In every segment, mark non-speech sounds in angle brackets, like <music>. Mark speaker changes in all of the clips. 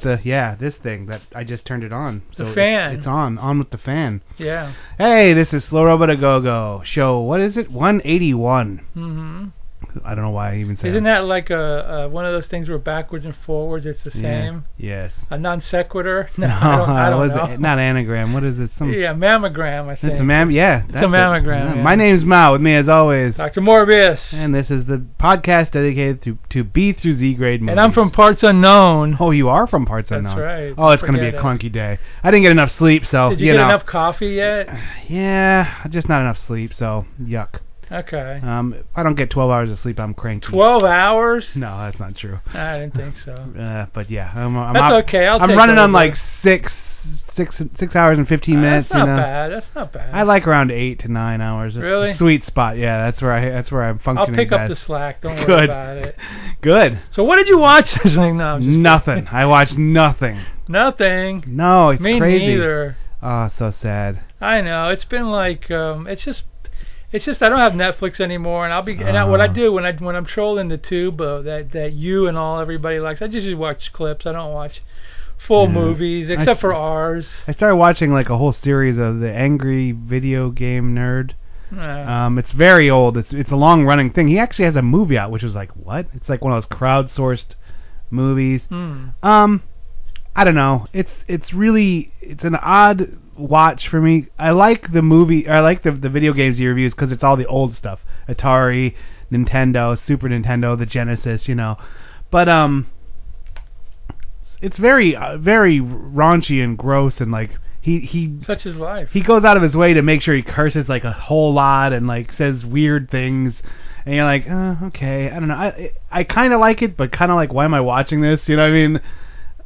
Speaker 1: The yeah, this thing that I just turned it on. So
Speaker 2: The
Speaker 1: it-
Speaker 2: fan.
Speaker 1: It's on. On with the fan.
Speaker 2: Yeah.
Speaker 1: Hey, this is Slow Robot A Go Go show. What is it? 181.
Speaker 2: hmm
Speaker 1: I don't know why I even said.
Speaker 2: Isn't that like a, a one of those things where backwards and forwards it's the same?
Speaker 1: Yeah. Yes.
Speaker 2: A
Speaker 1: <laughs>
Speaker 2: non sequitur? No, I don't, I
Speaker 1: what
Speaker 2: don't
Speaker 1: is
Speaker 2: know.
Speaker 1: it? Not anagram. What is it? Some.
Speaker 2: yeah, mammogram. I think.
Speaker 1: It's a mam. Yeah. that's
Speaker 2: a
Speaker 1: it.
Speaker 2: mammogram,
Speaker 1: Yeah.
Speaker 2: yeah.
Speaker 1: My name's Mao. With me as always.
Speaker 2: Dr. Morbius.
Speaker 1: And this is the podcast dedicated to to B through Z grade movies.
Speaker 2: And I'm from parts unknown.
Speaker 1: Oh, you are from parts
Speaker 2: That's
Speaker 1: unknown.
Speaker 2: right.
Speaker 1: Oh, it's going to be a
Speaker 2: Forget it.
Speaker 1: clunky day. I didn't get enough sleep, so
Speaker 2: Did you, get
Speaker 1: know.
Speaker 2: enough
Speaker 1: <laughs>
Speaker 2: coffee yet?
Speaker 1: Yeah, just not enough sleep, so yuck.
Speaker 2: Okay.
Speaker 1: Um, if I don't get 12 hours of sleep, I'm cranky.
Speaker 2: Twelve hours?
Speaker 1: No, that's not true.
Speaker 2: I didn't think so.
Speaker 1: Uh, but yeah, I'm. I'm
Speaker 2: That's
Speaker 1: up-
Speaker 2: okay, I'll
Speaker 1: I'm
Speaker 2: take
Speaker 1: running on
Speaker 2: over.
Speaker 1: like six, six, six hours and 15 minutes.
Speaker 2: That's not
Speaker 1: you know.
Speaker 2: bad. That's not bad.
Speaker 1: I like around eight to nine hours. It's
Speaker 2: Really?
Speaker 1: a Sweet spot. Yeah, that's where I. That's where I'm
Speaker 2: I'll
Speaker 1: functioning.
Speaker 2: pick up the
Speaker 1: best.
Speaker 2: slack. Don't worry
Speaker 1: Good.
Speaker 2: about it.
Speaker 1: Good.
Speaker 2: So what did you watch this thing? No, I'm just
Speaker 1: Nothing. I watched nothing.
Speaker 2: nothing.
Speaker 1: No, it's
Speaker 2: Me
Speaker 1: crazy.
Speaker 2: neither.
Speaker 1: Oh, so sad.
Speaker 2: I know. It's been like um it's just it's just I don't have Netflix anymore, and I'll be and I, what I
Speaker 1: Ah.
Speaker 2: do when I when I'm trolling the tube uh, that that you and all everybody likes, I just usually watch clips. I don't watch full
Speaker 1: Yeah.
Speaker 2: movies
Speaker 1: I
Speaker 2: except for
Speaker 1: see.
Speaker 2: ours.
Speaker 1: I started watching like a whole series of the Angry Video Game Nerd.
Speaker 2: Uh,
Speaker 1: Um, it's very old. It's it's a long running thing. He actually has a movie out, which was like what? It's like one of those crowdsourced movies.
Speaker 2: hmm.
Speaker 1: Um, I don't know. It's it's really it's an odd watch for me. I like the movie. I like the the video games he reviews because it's all the old stuff: Atari, Nintendo, Super Nintendo, the Genesis, you know. But um, it's very uh, very raunchy and gross and like he he
Speaker 2: Such is life.
Speaker 1: he goes out of his way to make sure he curses like a whole lot and like says weird things and you're like uh, okay i don't know i i kind of like it but kind of like why am i watching this you know what i mean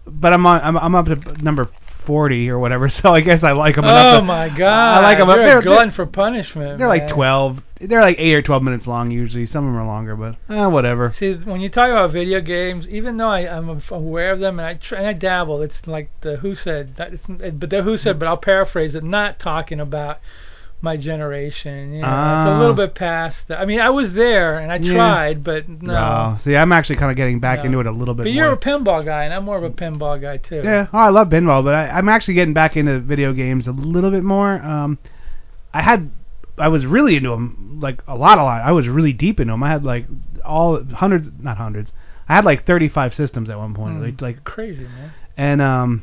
Speaker 1: but i'm on i'm, I'm up to number 40 or whatever <laughs> so i guess i like them
Speaker 2: oh my god!
Speaker 1: i like them
Speaker 2: You're
Speaker 1: they're,
Speaker 2: a glutton
Speaker 1: they're,
Speaker 2: for punishment.
Speaker 1: they're like
Speaker 2: man.
Speaker 1: 12 they're like 8 or 12 minutes long usually some of them are longer but uh, whatever
Speaker 2: See, when you talk about video games, even though I, I'm af- aware of them and I try, and I dabble, it's like the Who said, that it's, it- but the Who
Speaker 1: Hmm.
Speaker 2: said, but I'll paraphrase it, not talking about my generation. You know, it's
Speaker 1: Ah.
Speaker 2: a little bit past. The, I mean, I was there and I
Speaker 1: Yeah.
Speaker 2: tried, but no.
Speaker 1: Oh, see i'm actually kind of getting back
Speaker 2: No.
Speaker 1: into it a little bit
Speaker 2: But
Speaker 1: more.
Speaker 2: you're a pinball guy, and I'm more of a pinball guy too.
Speaker 1: Yeah, oh, I love pinball, but I, I'm actually getting back into video games a little bit more. Um, I had, I was really into them, like a lot, a lot. I was really deep into them. I had like all hundreds, not hundreds. I had like 35 systems at one point,
Speaker 2: Hmm.
Speaker 1: like, like,
Speaker 2: Crazy man,
Speaker 1: and um,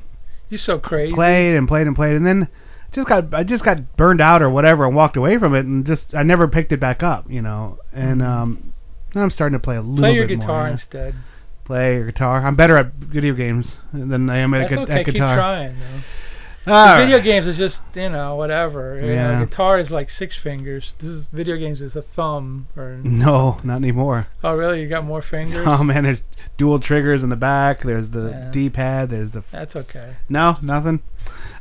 Speaker 2: you're so crazy.
Speaker 1: played and played and played, and then just got, I just got burned out or whatever, and walked away from it, and just I never picked it back up, you know. And um, now I'm starting to play a little
Speaker 2: Hmm. Play your
Speaker 1: bit
Speaker 2: guitar
Speaker 1: more. yeah.
Speaker 2: instead.
Speaker 1: Play your guitar. I'm better at video games than I am at,
Speaker 2: That's
Speaker 1: gu-
Speaker 2: okay.
Speaker 1: at
Speaker 2: Keep
Speaker 1: guitar.
Speaker 2: trying. though.
Speaker 1: All
Speaker 2: video
Speaker 1: right.
Speaker 2: games is just you know whatever. You know,
Speaker 1: Yeah.
Speaker 2: guitar is like six fingers. This is video games is a thumb or
Speaker 1: No, not anymore.
Speaker 2: oh really? You got more fingers?
Speaker 1: Oh man, there's dual triggers in the back. There's the
Speaker 2: Yeah.
Speaker 1: D-pad. There's the
Speaker 2: That's okay.
Speaker 1: no, nothing.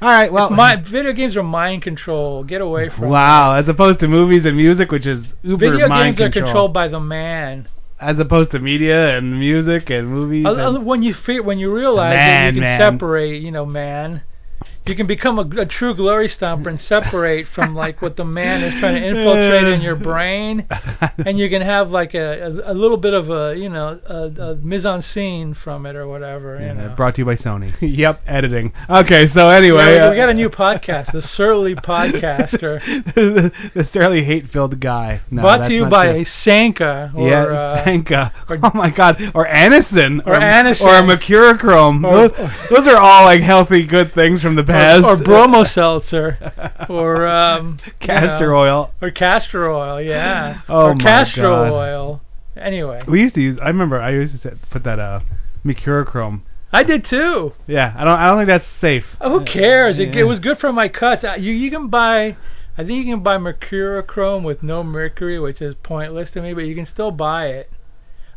Speaker 1: All right, well, <laughs>
Speaker 2: It's my <laughs> video games are mind control. Get away from.
Speaker 1: wow, as opposed to movies and music, which is
Speaker 2: it.
Speaker 1: uber
Speaker 2: Video
Speaker 1: mind
Speaker 2: games are
Speaker 1: control.
Speaker 2: controlled by the man.
Speaker 1: as opposed to media and music and movies.
Speaker 2: Uh, uh,
Speaker 1: and-
Speaker 2: When you fe- when you realize that
Speaker 1: Man,
Speaker 2: you can
Speaker 1: man.
Speaker 2: separate, you know, man, you can become a, a true glory stomper and separate
Speaker 1: <laughs>
Speaker 2: from like what the man is trying to infiltrate in your brain. and you can have like a, a, a little bit of a you know a, a mise en scene from it or whatever. You
Speaker 1: Yeah,
Speaker 2: know.
Speaker 1: brought to you by Sony. <laughs> yep, editing. Okay, so anyway,
Speaker 2: Yeah, we,
Speaker 1: uh,
Speaker 2: we got a
Speaker 1: <laughs>
Speaker 2: new podcast, the Surly Podcaster,
Speaker 1: the, <laughs> the surly hate-filled guy. No, Oh,
Speaker 2: brought
Speaker 1: that's
Speaker 2: to you
Speaker 1: not
Speaker 2: by
Speaker 1: true.
Speaker 2: a Sanka
Speaker 1: <laughs>
Speaker 2: or
Speaker 1: yeah,
Speaker 2: uh,
Speaker 1: Sanka.
Speaker 2: or-
Speaker 1: oh my God, or Anison,
Speaker 2: Or Anacin.
Speaker 1: or Mercurochrome.
Speaker 2: Or-
Speaker 1: those, those are all like healthy, good things from the past.
Speaker 2: or, or
Speaker 1: <laughs>
Speaker 2: Bromo Seltzer or um, you
Speaker 1: castor
Speaker 2: know,
Speaker 1: oil.
Speaker 2: or castor oil, yeah,
Speaker 1: Oh
Speaker 2: or
Speaker 1: my
Speaker 2: castor
Speaker 1: God.
Speaker 2: oil. Anyway,
Speaker 1: We used to use. I remember I used to say- put that uh, Mercurochrome.
Speaker 2: I did too.
Speaker 1: Yeah, I don't. I don't think that's safe.
Speaker 2: Oh, Who cares? It,
Speaker 1: Uh, Yeah.
Speaker 2: it was good for my cuts. Uh, You you can buy, I think you can buy mercurochrome with no mercury, which is pointless to me, but you can still buy it.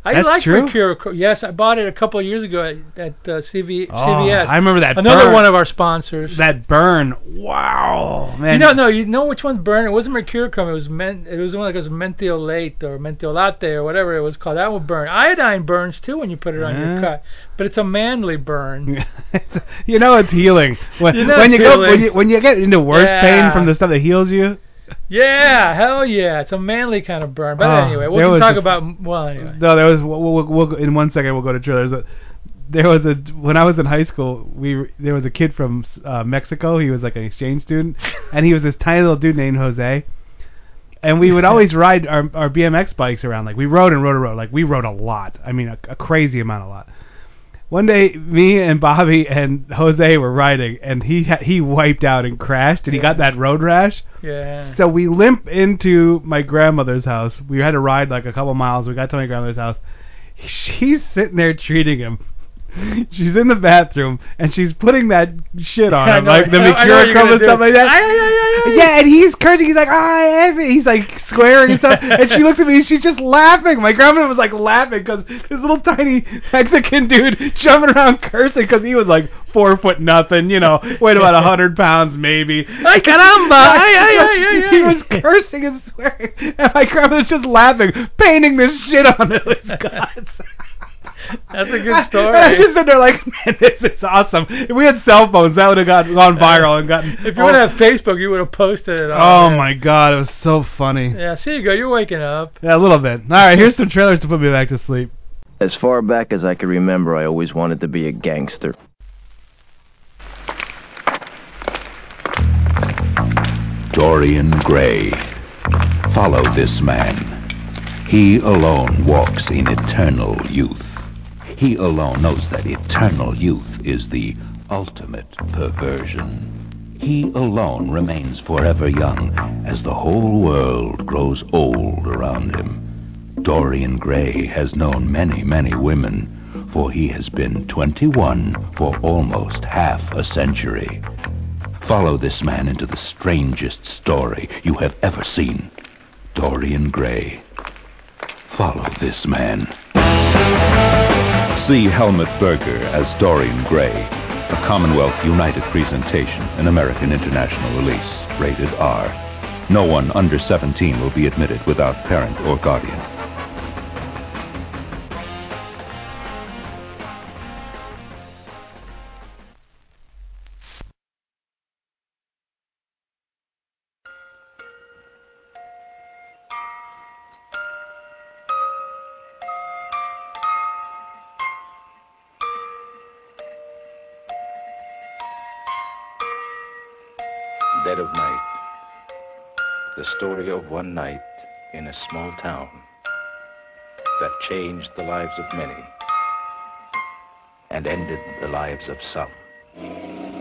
Speaker 2: I
Speaker 1: That's
Speaker 2: like
Speaker 1: true?
Speaker 2: Mercurial. Cro- Yes, I bought it a couple of years ago at, at uh, CV,
Speaker 1: Oh,
Speaker 2: CVS.
Speaker 1: I remember that
Speaker 2: Another
Speaker 1: burn.
Speaker 2: one of our sponsors.
Speaker 1: That burn. Wow, man.
Speaker 2: you know, no, you know which one burned. It wasn't mercuricum. It was men. It was one like it was mentholate or mentholate or whatever it was called. That would burn. Iodine burns too when you put it on
Speaker 1: Yeah.
Speaker 2: your cut, but it's a manly burn.
Speaker 1: you know <laughs> it's healing. When
Speaker 2: You know
Speaker 1: when
Speaker 2: it's
Speaker 1: you go
Speaker 2: healing.
Speaker 1: when you when you get into worse
Speaker 2: Yeah.
Speaker 1: pain from the stuff that heals you,
Speaker 2: yeah, hell yeah, it's a manly kind of burn. But
Speaker 1: Oh,
Speaker 2: anyway,
Speaker 1: there
Speaker 2: we'll just
Speaker 1: was
Speaker 2: talk
Speaker 1: a-
Speaker 2: about well anyway.
Speaker 1: No, there was. We'll, we'll, we'll, go- in one second, we'll go to trailers. Uh, There was a when I was in high school, we there was a kid from uh, Mexico. He was like an exchange student, and he was this tiny little dude named Jose. And we would always ride our our BMX bikes around. Like we rode and rode and rode. Like we rode a lot. I mean, a, a crazy amount, a lot. One day, me and Bobby and Jose were riding, and he ha- he wiped out and crashed, and he got that road rash.
Speaker 2: Yeah.
Speaker 1: So we limp into my grandmother's house. We had to ride like a couple miles. We got to my grandmother's house. She's sitting there treating him. <laughs> She's in the bathroom and she's putting that shit on
Speaker 2: <laughs> I
Speaker 1: him,
Speaker 2: know-
Speaker 1: like the
Speaker 2: I know- I know what you're
Speaker 1: Mercuricum
Speaker 2: gonna
Speaker 1: and
Speaker 2: do.
Speaker 1: stuff like that.
Speaker 2: Ay, ay, ay, ay, ay.
Speaker 1: Yeah, and he's cursing. He's like, I have it. He's like squaring and stuff. and she looks at me. and She's just laughing. My grandmother was like laughing because this little tiny Mexican dude <laughs> jumping around cursing because he was like four foot nothing, you know, weighed about a hundred pounds maybe.
Speaker 2: Ay, caramba!
Speaker 1: <laughs>
Speaker 2: Ay, ay, ay, ay, ay.
Speaker 1: He was cursing and swearing, and my grandmother's just laughing, painting this shit on <laughs> his guts.
Speaker 2: That's a good
Speaker 1: I-
Speaker 2: story.
Speaker 1: I, just sit there like, man, this is awesome. If we had cell phones, that would have gone, gone viral and gotten.
Speaker 2: If you would have Facebook, you would have posted it.
Speaker 1: Oh
Speaker 2: on there.
Speaker 1: my god, it was so funny. Yeah.
Speaker 2: Yeah, see you go. You're waking up.
Speaker 1: a little bit. All right, here's some trailers to put me back to sleep.
Speaker 3: As far back as I can remember, I always wanted to be a gangster.
Speaker 4: Dorian Gray. Follow this man. He alone walks in eternal youth. He alone knows that eternal youth is the ultimate perversion. He alone remains forever young as the whole world grows old around him. Dorian Gray has known many, many women, for he has been 21 for almost half a century. Follow this man into the strangest story you have ever seen. Dorian Gray. Follow this man. See Helmut Berger as Dorian Gray, a Commonwealth United presentation, an American international release, rated R. No one under 17 will be admitted without parent or guardian.
Speaker 5: Dead of Night. The story of one night in a small town that changed the lives of many and ended the lives of some.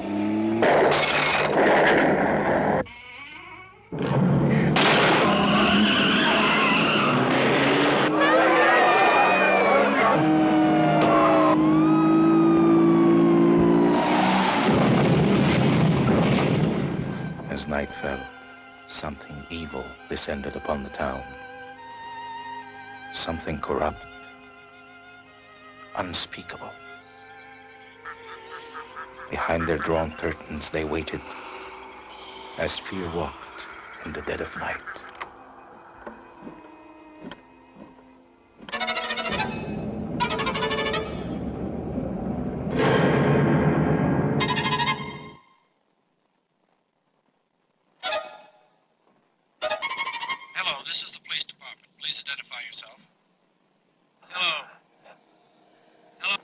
Speaker 5: As night fell, something evil descended upon the town. Something corrupt, unspeakable. Behind their drawn curtains, they waited as fear walked in the dead of night.
Speaker 6: Hello, this is the police department. Please identify yourself. Hello. Hello.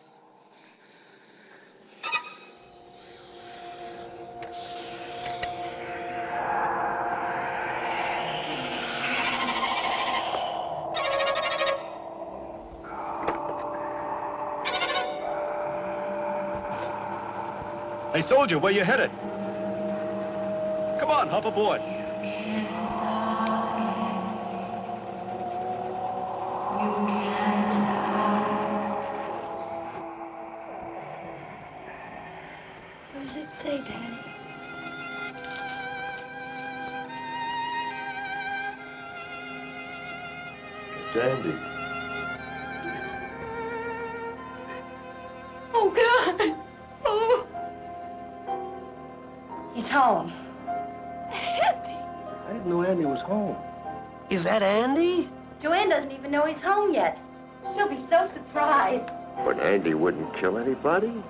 Speaker 7: Hey, soldier, where you headed? Come on, hop aboard.
Speaker 8: What does it say, Daddy?
Speaker 7: Dandy.
Speaker 8: No, Oh, He's home.
Speaker 9: Andy!
Speaker 10: I didn't know Andy was home.
Speaker 9: Is that Andy?
Speaker 8: Joanne doesn't even know he's home yet. She'll be so surprised.
Speaker 10: But Andy wouldn't kill anybody?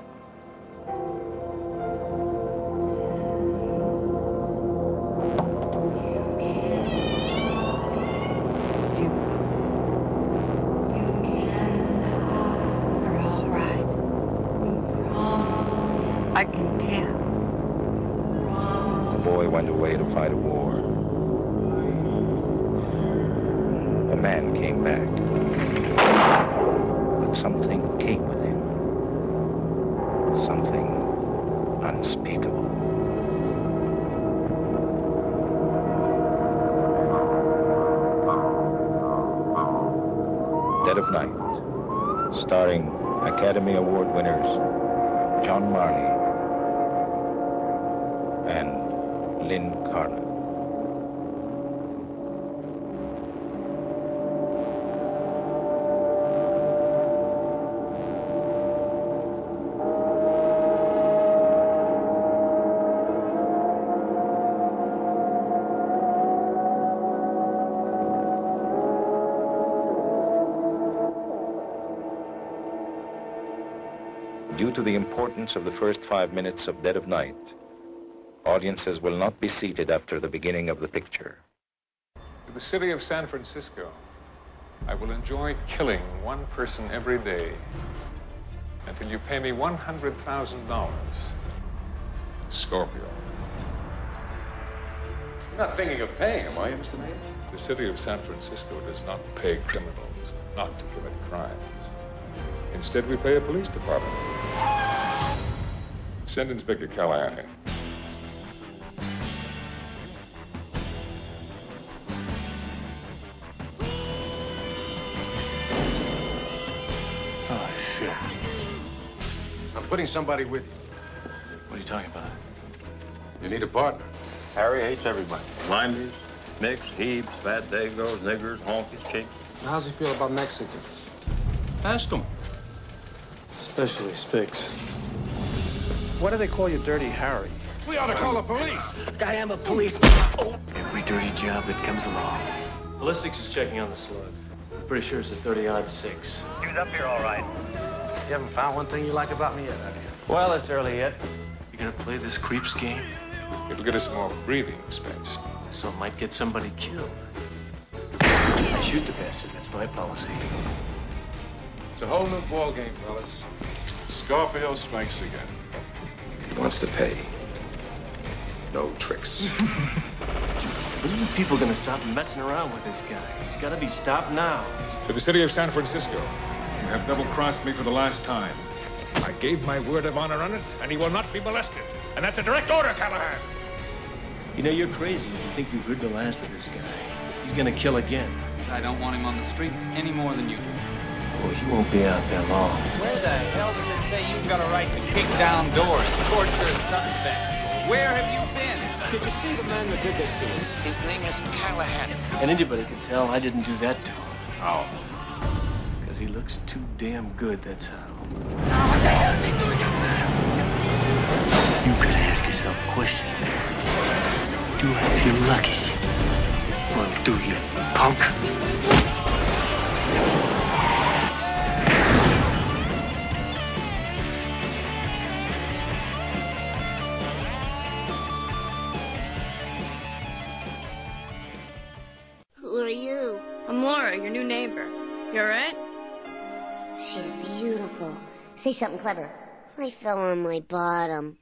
Speaker 5: Due to the importance of the first five minutes of Dead of Night, audiences will not be seated after the beginning of the picture.
Speaker 11: To the city of San Francisco, I will enjoy killing one person every day until you pay me $100,000. Scorpio.
Speaker 12: You're not thinking of paying him, are you, Mr. Mayor?
Speaker 11: The city of San Francisco does not pay criminals not to commit crimes. Instead, we pay a police department. Send Inspector Callahan.
Speaker 12: Oh, shit. I'm putting somebody with you. What are you talking about?
Speaker 11: You need a partner.
Speaker 12: Harry hates everybody. Blinders, Micks, Hebes, Fat Dagos, niggers, honkies, chinks.
Speaker 13: How's he feel about Mexicans?
Speaker 12: Ask them.
Speaker 13: Especially Spicks.
Speaker 12: Why do they call you Dirty Harry?
Speaker 14: We ought to call the police.
Speaker 9: I am a police.
Speaker 12: Oh. Every dirty job that comes along.
Speaker 13: Ballistics is checking on the slug. I'm pretty sure it's a 30 odd six.
Speaker 12: He was up here all right.
Speaker 13: You haven't found one thing you like about me yet, have you?
Speaker 12: Well, it's early yet.
Speaker 13: You gonna play this creeps game?
Speaker 11: It'll get us more breathing space.
Speaker 13: So it might get somebody killed. I shoot the bastard. That's my policy.
Speaker 11: It's a whole new ball game, fellas. Scorpio strikes again.
Speaker 12: He wants to pay. No tricks.
Speaker 13: when are you people gonna stop messing around with this guy? He's gotta be stopped now.
Speaker 11: To the city of San Francisco. You have double-crossed me for the last time. I gave my word of honor on it, and he will not be molested. And that's a direct order, Callahan.
Speaker 13: You know, you're crazy if you think you've heard the last of this guy. He's gonna kill again.
Speaker 15: I don't want him on the streets any more than you do.
Speaker 13: Well, you Oh, won't be out there long.
Speaker 15: Where the hell does it say you've got a right to kick down doors, torture suspects? Where have you been?
Speaker 13: Did you see the man that did this to us?
Speaker 15: His name is Callahan.
Speaker 13: And anybody can tell I didn't do that to him.
Speaker 15: How?
Speaker 13: Oh. Because he looks too damn good, that's how.
Speaker 9: what the hell is he doing up there?
Speaker 13: You could ask yourself a question. Do I feel lucky? Well, do you, punk?
Speaker 16: I'm Laura, your new neighbor. You alright?
Speaker 17: She's beautiful. Say something clever. I fell on my bottom.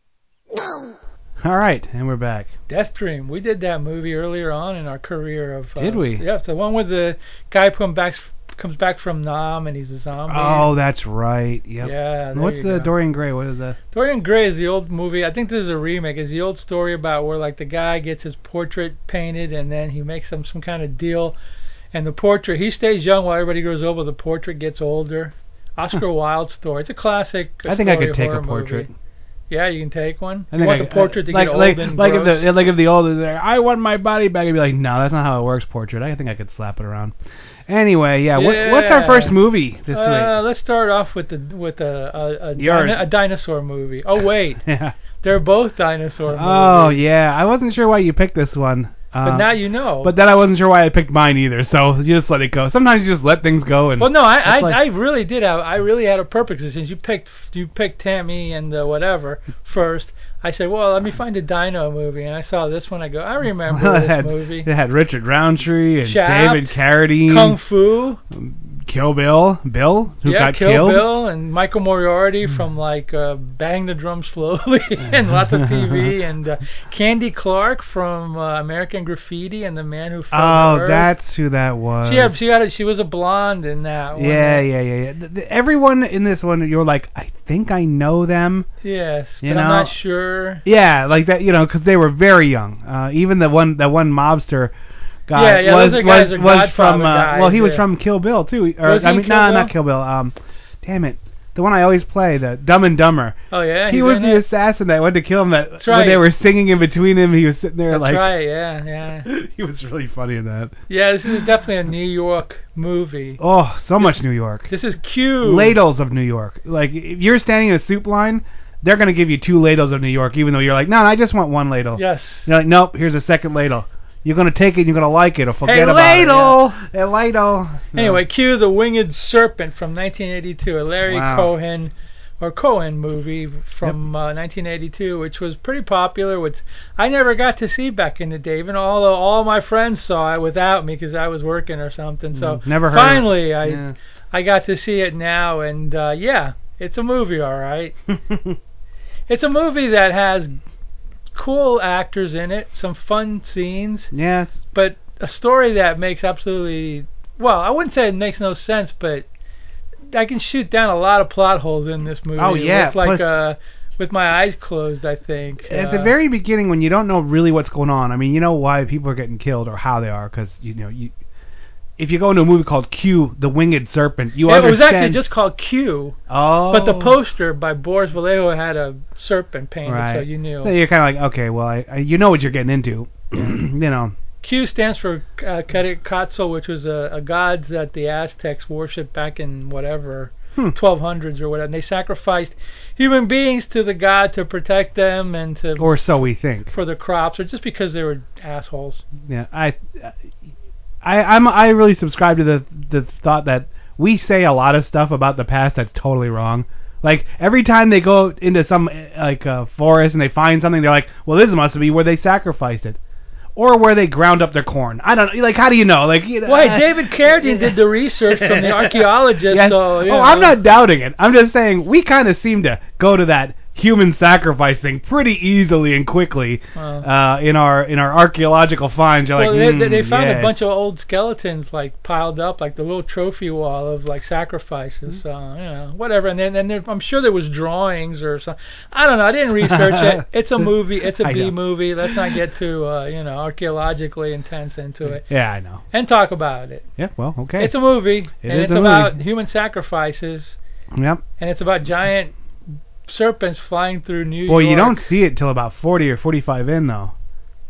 Speaker 17: No!
Speaker 1: All right, and we're back.
Speaker 2: Death Dream. We did that movie earlier on in our career of.
Speaker 1: Uh, did we?
Speaker 2: Yeah, it's the one with the guy comes back comes back from Nam and he's a zombie.
Speaker 1: Oh, that's right. Yep.
Speaker 2: Yeah.
Speaker 1: What's the
Speaker 2: go.
Speaker 1: Dorian Gray? What is that?
Speaker 2: Dorian Gray is the old movie. I think this is a remake. Is the old story about where like the guy gets his portrait painted and then he makes some some kind of deal, and the portrait he stays young while everybody grows old, but the portrait gets older. Oscar Wilde story. It's a classic.
Speaker 1: I think I could take a portrait.
Speaker 2: Movie. Yeah, you can take one.
Speaker 1: I
Speaker 2: You
Speaker 1: think
Speaker 2: want
Speaker 1: I-
Speaker 2: the portrait to
Speaker 1: like,
Speaker 2: get old
Speaker 1: like,
Speaker 2: and
Speaker 1: like if
Speaker 2: gross?
Speaker 1: the like if the old is like, I want my body back. I'd be like, no, that's not how it works. Portrait. I think I could slap it around. Anyway, yeah. What, what's our
Speaker 2: Yeah.
Speaker 1: first movie this week?
Speaker 2: uh, Let's start off with the with a a, a,
Speaker 1: Yours.
Speaker 2: dino- a dinosaur movie. Oh wait,
Speaker 1: <laughs> Yeah.
Speaker 2: they're both dinosaur movies.
Speaker 1: Oh yeah, I wasn't sure why you picked this one.
Speaker 2: but
Speaker 1: Um,
Speaker 2: now you know.
Speaker 1: But then I wasn't sure why I picked mine either. So you just let it go. Sometimes you just let things go and.
Speaker 2: well, no, I I,
Speaker 1: it's like-
Speaker 2: I really did. Have, I really had a purpose since you picked you picked Tammy and uh,
Speaker 1: <laughs>
Speaker 2: whatever first. I said, well, let me find a dino movie, and I saw this one. I go, I
Speaker 1: <laughs>
Speaker 2: remember
Speaker 1: Well, it
Speaker 2: this
Speaker 1: had,
Speaker 2: movie.
Speaker 1: It had Richard Roundtree and
Speaker 2: Shaft,
Speaker 1: David Carradine,
Speaker 2: Kung Fu,
Speaker 1: Kill Bill, Bill who
Speaker 2: yeah,
Speaker 1: got
Speaker 2: Kill
Speaker 1: killed. Hmm.
Speaker 2: Bill, and Michael Moriarty from like uh, Bang the Drum Slowly <laughs> and lots
Speaker 1: <laughs>
Speaker 2: of TV, and uh, Candy Clark from uh, American Graffiti and The Man Who Fell to
Speaker 1: Oh,
Speaker 2: Earth.
Speaker 1: that's who that was.
Speaker 2: She had, she had a, she was a blonde in that. one.
Speaker 1: yeah, yeah, yeah, yeah. Th- th- everyone in this one, you're like, I think I know them.
Speaker 2: Yes,
Speaker 1: You
Speaker 2: but
Speaker 1: know?
Speaker 2: I'm not sure.
Speaker 1: Yeah, like that, you know, 'cause they were very young. Uh, even the one, that one mobster guy
Speaker 2: Yeah, yeah,
Speaker 1: was
Speaker 2: those are guys
Speaker 1: was,
Speaker 2: that
Speaker 1: was from.
Speaker 2: Godfather
Speaker 1: Uh,
Speaker 2: guys,
Speaker 1: well, he was
Speaker 2: yeah.
Speaker 1: from Kill Bill too. Or,
Speaker 2: Was
Speaker 1: I
Speaker 2: he
Speaker 1: mean,
Speaker 2: Kill
Speaker 1: nah,
Speaker 2: Bill?
Speaker 1: not Kill Bill. Um, damn it, the one I always play, the Dumb and Dumber.
Speaker 2: Oh yeah,
Speaker 1: he
Speaker 2: he's
Speaker 1: was
Speaker 2: in
Speaker 1: the
Speaker 2: it.
Speaker 1: assassin that went to kill him. That
Speaker 2: That's
Speaker 1: when they
Speaker 2: right.
Speaker 1: were singing in between him, he was sitting there
Speaker 2: That's
Speaker 1: like
Speaker 2: right. Yeah, yeah,
Speaker 1: <laughs> he was really funny in that.
Speaker 2: yeah. This is definitely a New York
Speaker 1: <laughs>
Speaker 2: movie.
Speaker 1: Oh, so much New York.
Speaker 2: This is Q.
Speaker 1: ladles of New York. Like if you're standing in a soup line, they're gonna give you two ladles of New York, even though you're like, no, I just want one ladle.
Speaker 2: Yes.
Speaker 1: You're like, nope, here's a second ladle. You're gonna take it, and you're gonna like it, or forget
Speaker 2: Hey,
Speaker 1: about
Speaker 2: ladle!
Speaker 1: it. Yeah. Hey, ladle. No.
Speaker 2: Anyway, cue the Winged Serpent from 1982, a Larry
Speaker 1: Wow.
Speaker 2: Cohen or Cohen movie from uh, 1982, which was pretty popular. Which I never got to see back in the day, even although all my friends saw it without me because I was working or something. So
Speaker 1: Mm, never heard of it.
Speaker 2: finally, I
Speaker 1: Yeah.
Speaker 2: I got to see it now, and uh, yeah, it's a movie, all right. it's a movie that has cool actors in it, some fun scenes
Speaker 1: <laughs> Yeah, it's,
Speaker 2: but a story that makes absolutely well, I wouldn't say it makes no sense, but I can shoot down a lot of plot holes in this movie.
Speaker 1: Oh, yeah,
Speaker 2: with like
Speaker 1: plus-
Speaker 2: uh, with my eyes closed, I think.
Speaker 1: at
Speaker 2: uh,
Speaker 1: the very beginning when you don't know really what's going on. I mean, you know why people are getting killed or how they are, because you know you. If you go into a movie called Q, the Winged Serpent, you
Speaker 2: it was
Speaker 1: understand.
Speaker 2: actually just called Q,
Speaker 1: oh,
Speaker 2: but the poster by Boris Vallejo had a serpent painted,
Speaker 1: right.
Speaker 2: so you knew.
Speaker 1: So you're kind of like, okay, well, I, I you know what you're getting into, <clears throat> you know.
Speaker 2: Q stands for uh, Quetzalcoatl, which was a, a god that the Aztecs worshipped back in whatever.
Speaker 1: Hmm.
Speaker 2: 1200s or whatever. And they sacrificed human beings to the god to protect them and to
Speaker 1: or so we think.
Speaker 2: for the crops or just because they were assholes.
Speaker 1: Yeah, I, I, I'm I really subscribe to the the thought that we say a lot of stuff about the past that's totally wrong. Like every time they go into some eh, like uh, forest and they find something, they're like, "Well, this must be where they sacrificed it, or where they ground up their corn." I don't know. Like, how do you know? Like, you know,
Speaker 2: Why
Speaker 1: I-
Speaker 2: David
Speaker 1: <laughs>
Speaker 2: Carradine did the research from the archaeologist.
Speaker 1: Uh, Yes.
Speaker 2: So, you
Speaker 1: oh, I'm
Speaker 2: know.
Speaker 1: not doubting it. I'm just saying we kind of seem to go to that human sacrifice thing pretty easily and quickly
Speaker 2: Well.
Speaker 1: uh, in our in our archaeological finds. You're
Speaker 2: Well,
Speaker 1: like,
Speaker 2: they- they, they
Speaker 1: "Mm,
Speaker 2: found
Speaker 1: yes."
Speaker 2: a bunch of old skeletons like piled up, like the little trophy wall of like sacrifices,
Speaker 1: Hmm.
Speaker 2: uh, you know, whatever. And then, and then I'm sure there was drawings or something. I don't know. I didn't
Speaker 1: <laughs>
Speaker 2: research it. It's a movie. It's a
Speaker 1: I
Speaker 2: B
Speaker 1: know.
Speaker 2: movie. Let's not get too uh, you know archaeologically intense into it
Speaker 1: Yeah, I know.
Speaker 2: and talk about it.
Speaker 1: Yeah, well, okay.
Speaker 2: It's a movie,
Speaker 1: It
Speaker 2: and
Speaker 1: is
Speaker 2: it's
Speaker 1: a movie.
Speaker 2: about human sacrifices,
Speaker 1: Yep.
Speaker 2: and it's about giant serpents flying through New
Speaker 1: Well,
Speaker 2: York.
Speaker 1: you don't see it till about 40 or 45 in though.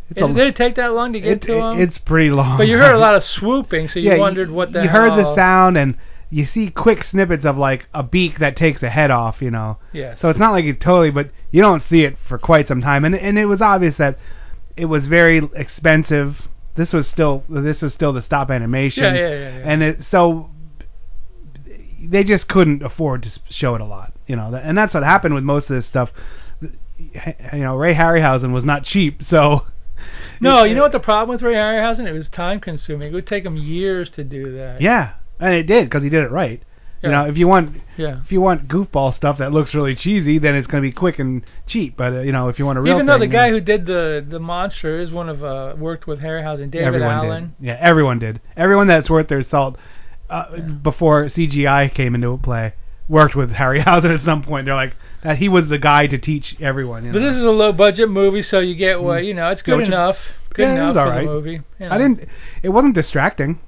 Speaker 1: It's
Speaker 2: Is,
Speaker 1: a-
Speaker 2: did it take that long to get
Speaker 1: it-
Speaker 2: to them?
Speaker 1: It's pretty long.
Speaker 2: but you heard
Speaker 1: <laughs>
Speaker 2: a lot of swooping, so you
Speaker 1: yeah,
Speaker 2: wondered what the
Speaker 1: You heard the
Speaker 2: hell-
Speaker 1: sound and you see quick snippets of like a beak that takes a head off, you know.
Speaker 2: Yes.
Speaker 1: So it's not like it totally, but you don't see it for quite some time, and and it was obvious that it was very expensive. This was still this was still the stop animation.
Speaker 2: Yeah, yeah, yeah, yeah.
Speaker 1: And it, so they just couldn't afford to s- show it a lot, you know. And that's what happened with most of this stuff. You know, Ray Harryhausen was not cheap, so
Speaker 2: <laughs> No, you know what the problem with Ray Harryhausen? It was time consuming. It would take him years to do that.
Speaker 1: Yeah, and it did because he did it right. You
Speaker 2: Yeah.
Speaker 1: know, if you want
Speaker 2: Yeah.
Speaker 1: if you want goofball stuff that looks really cheesy, then it's going to be quick and cheap. But uh, you know, if you want a real
Speaker 2: Even though the
Speaker 1: thing,
Speaker 2: guy
Speaker 1: you know,
Speaker 2: who did the the monster is one of uh worked with Harryhausen, David
Speaker 1: everyone
Speaker 2: Allen.
Speaker 1: did. yeah, everyone did. Everyone that's worth their salt uh, before CGI came into play worked with <laughs> Harryhausen at some point. They're like that he was the guy to teach everyone. You
Speaker 2: But
Speaker 1: know?
Speaker 2: this is a low budget movie, so you get what you know. It's
Speaker 1: Mm. Get
Speaker 2: good
Speaker 1: what you-
Speaker 2: enough. Good
Speaker 1: Yeah, it
Speaker 2: enough
Speaker 1: was
Speaker 2: for
Speaker 1: alright.
Speaker 2: the movie. you know.
Speaker 1: I didn't. It wasn't distracting.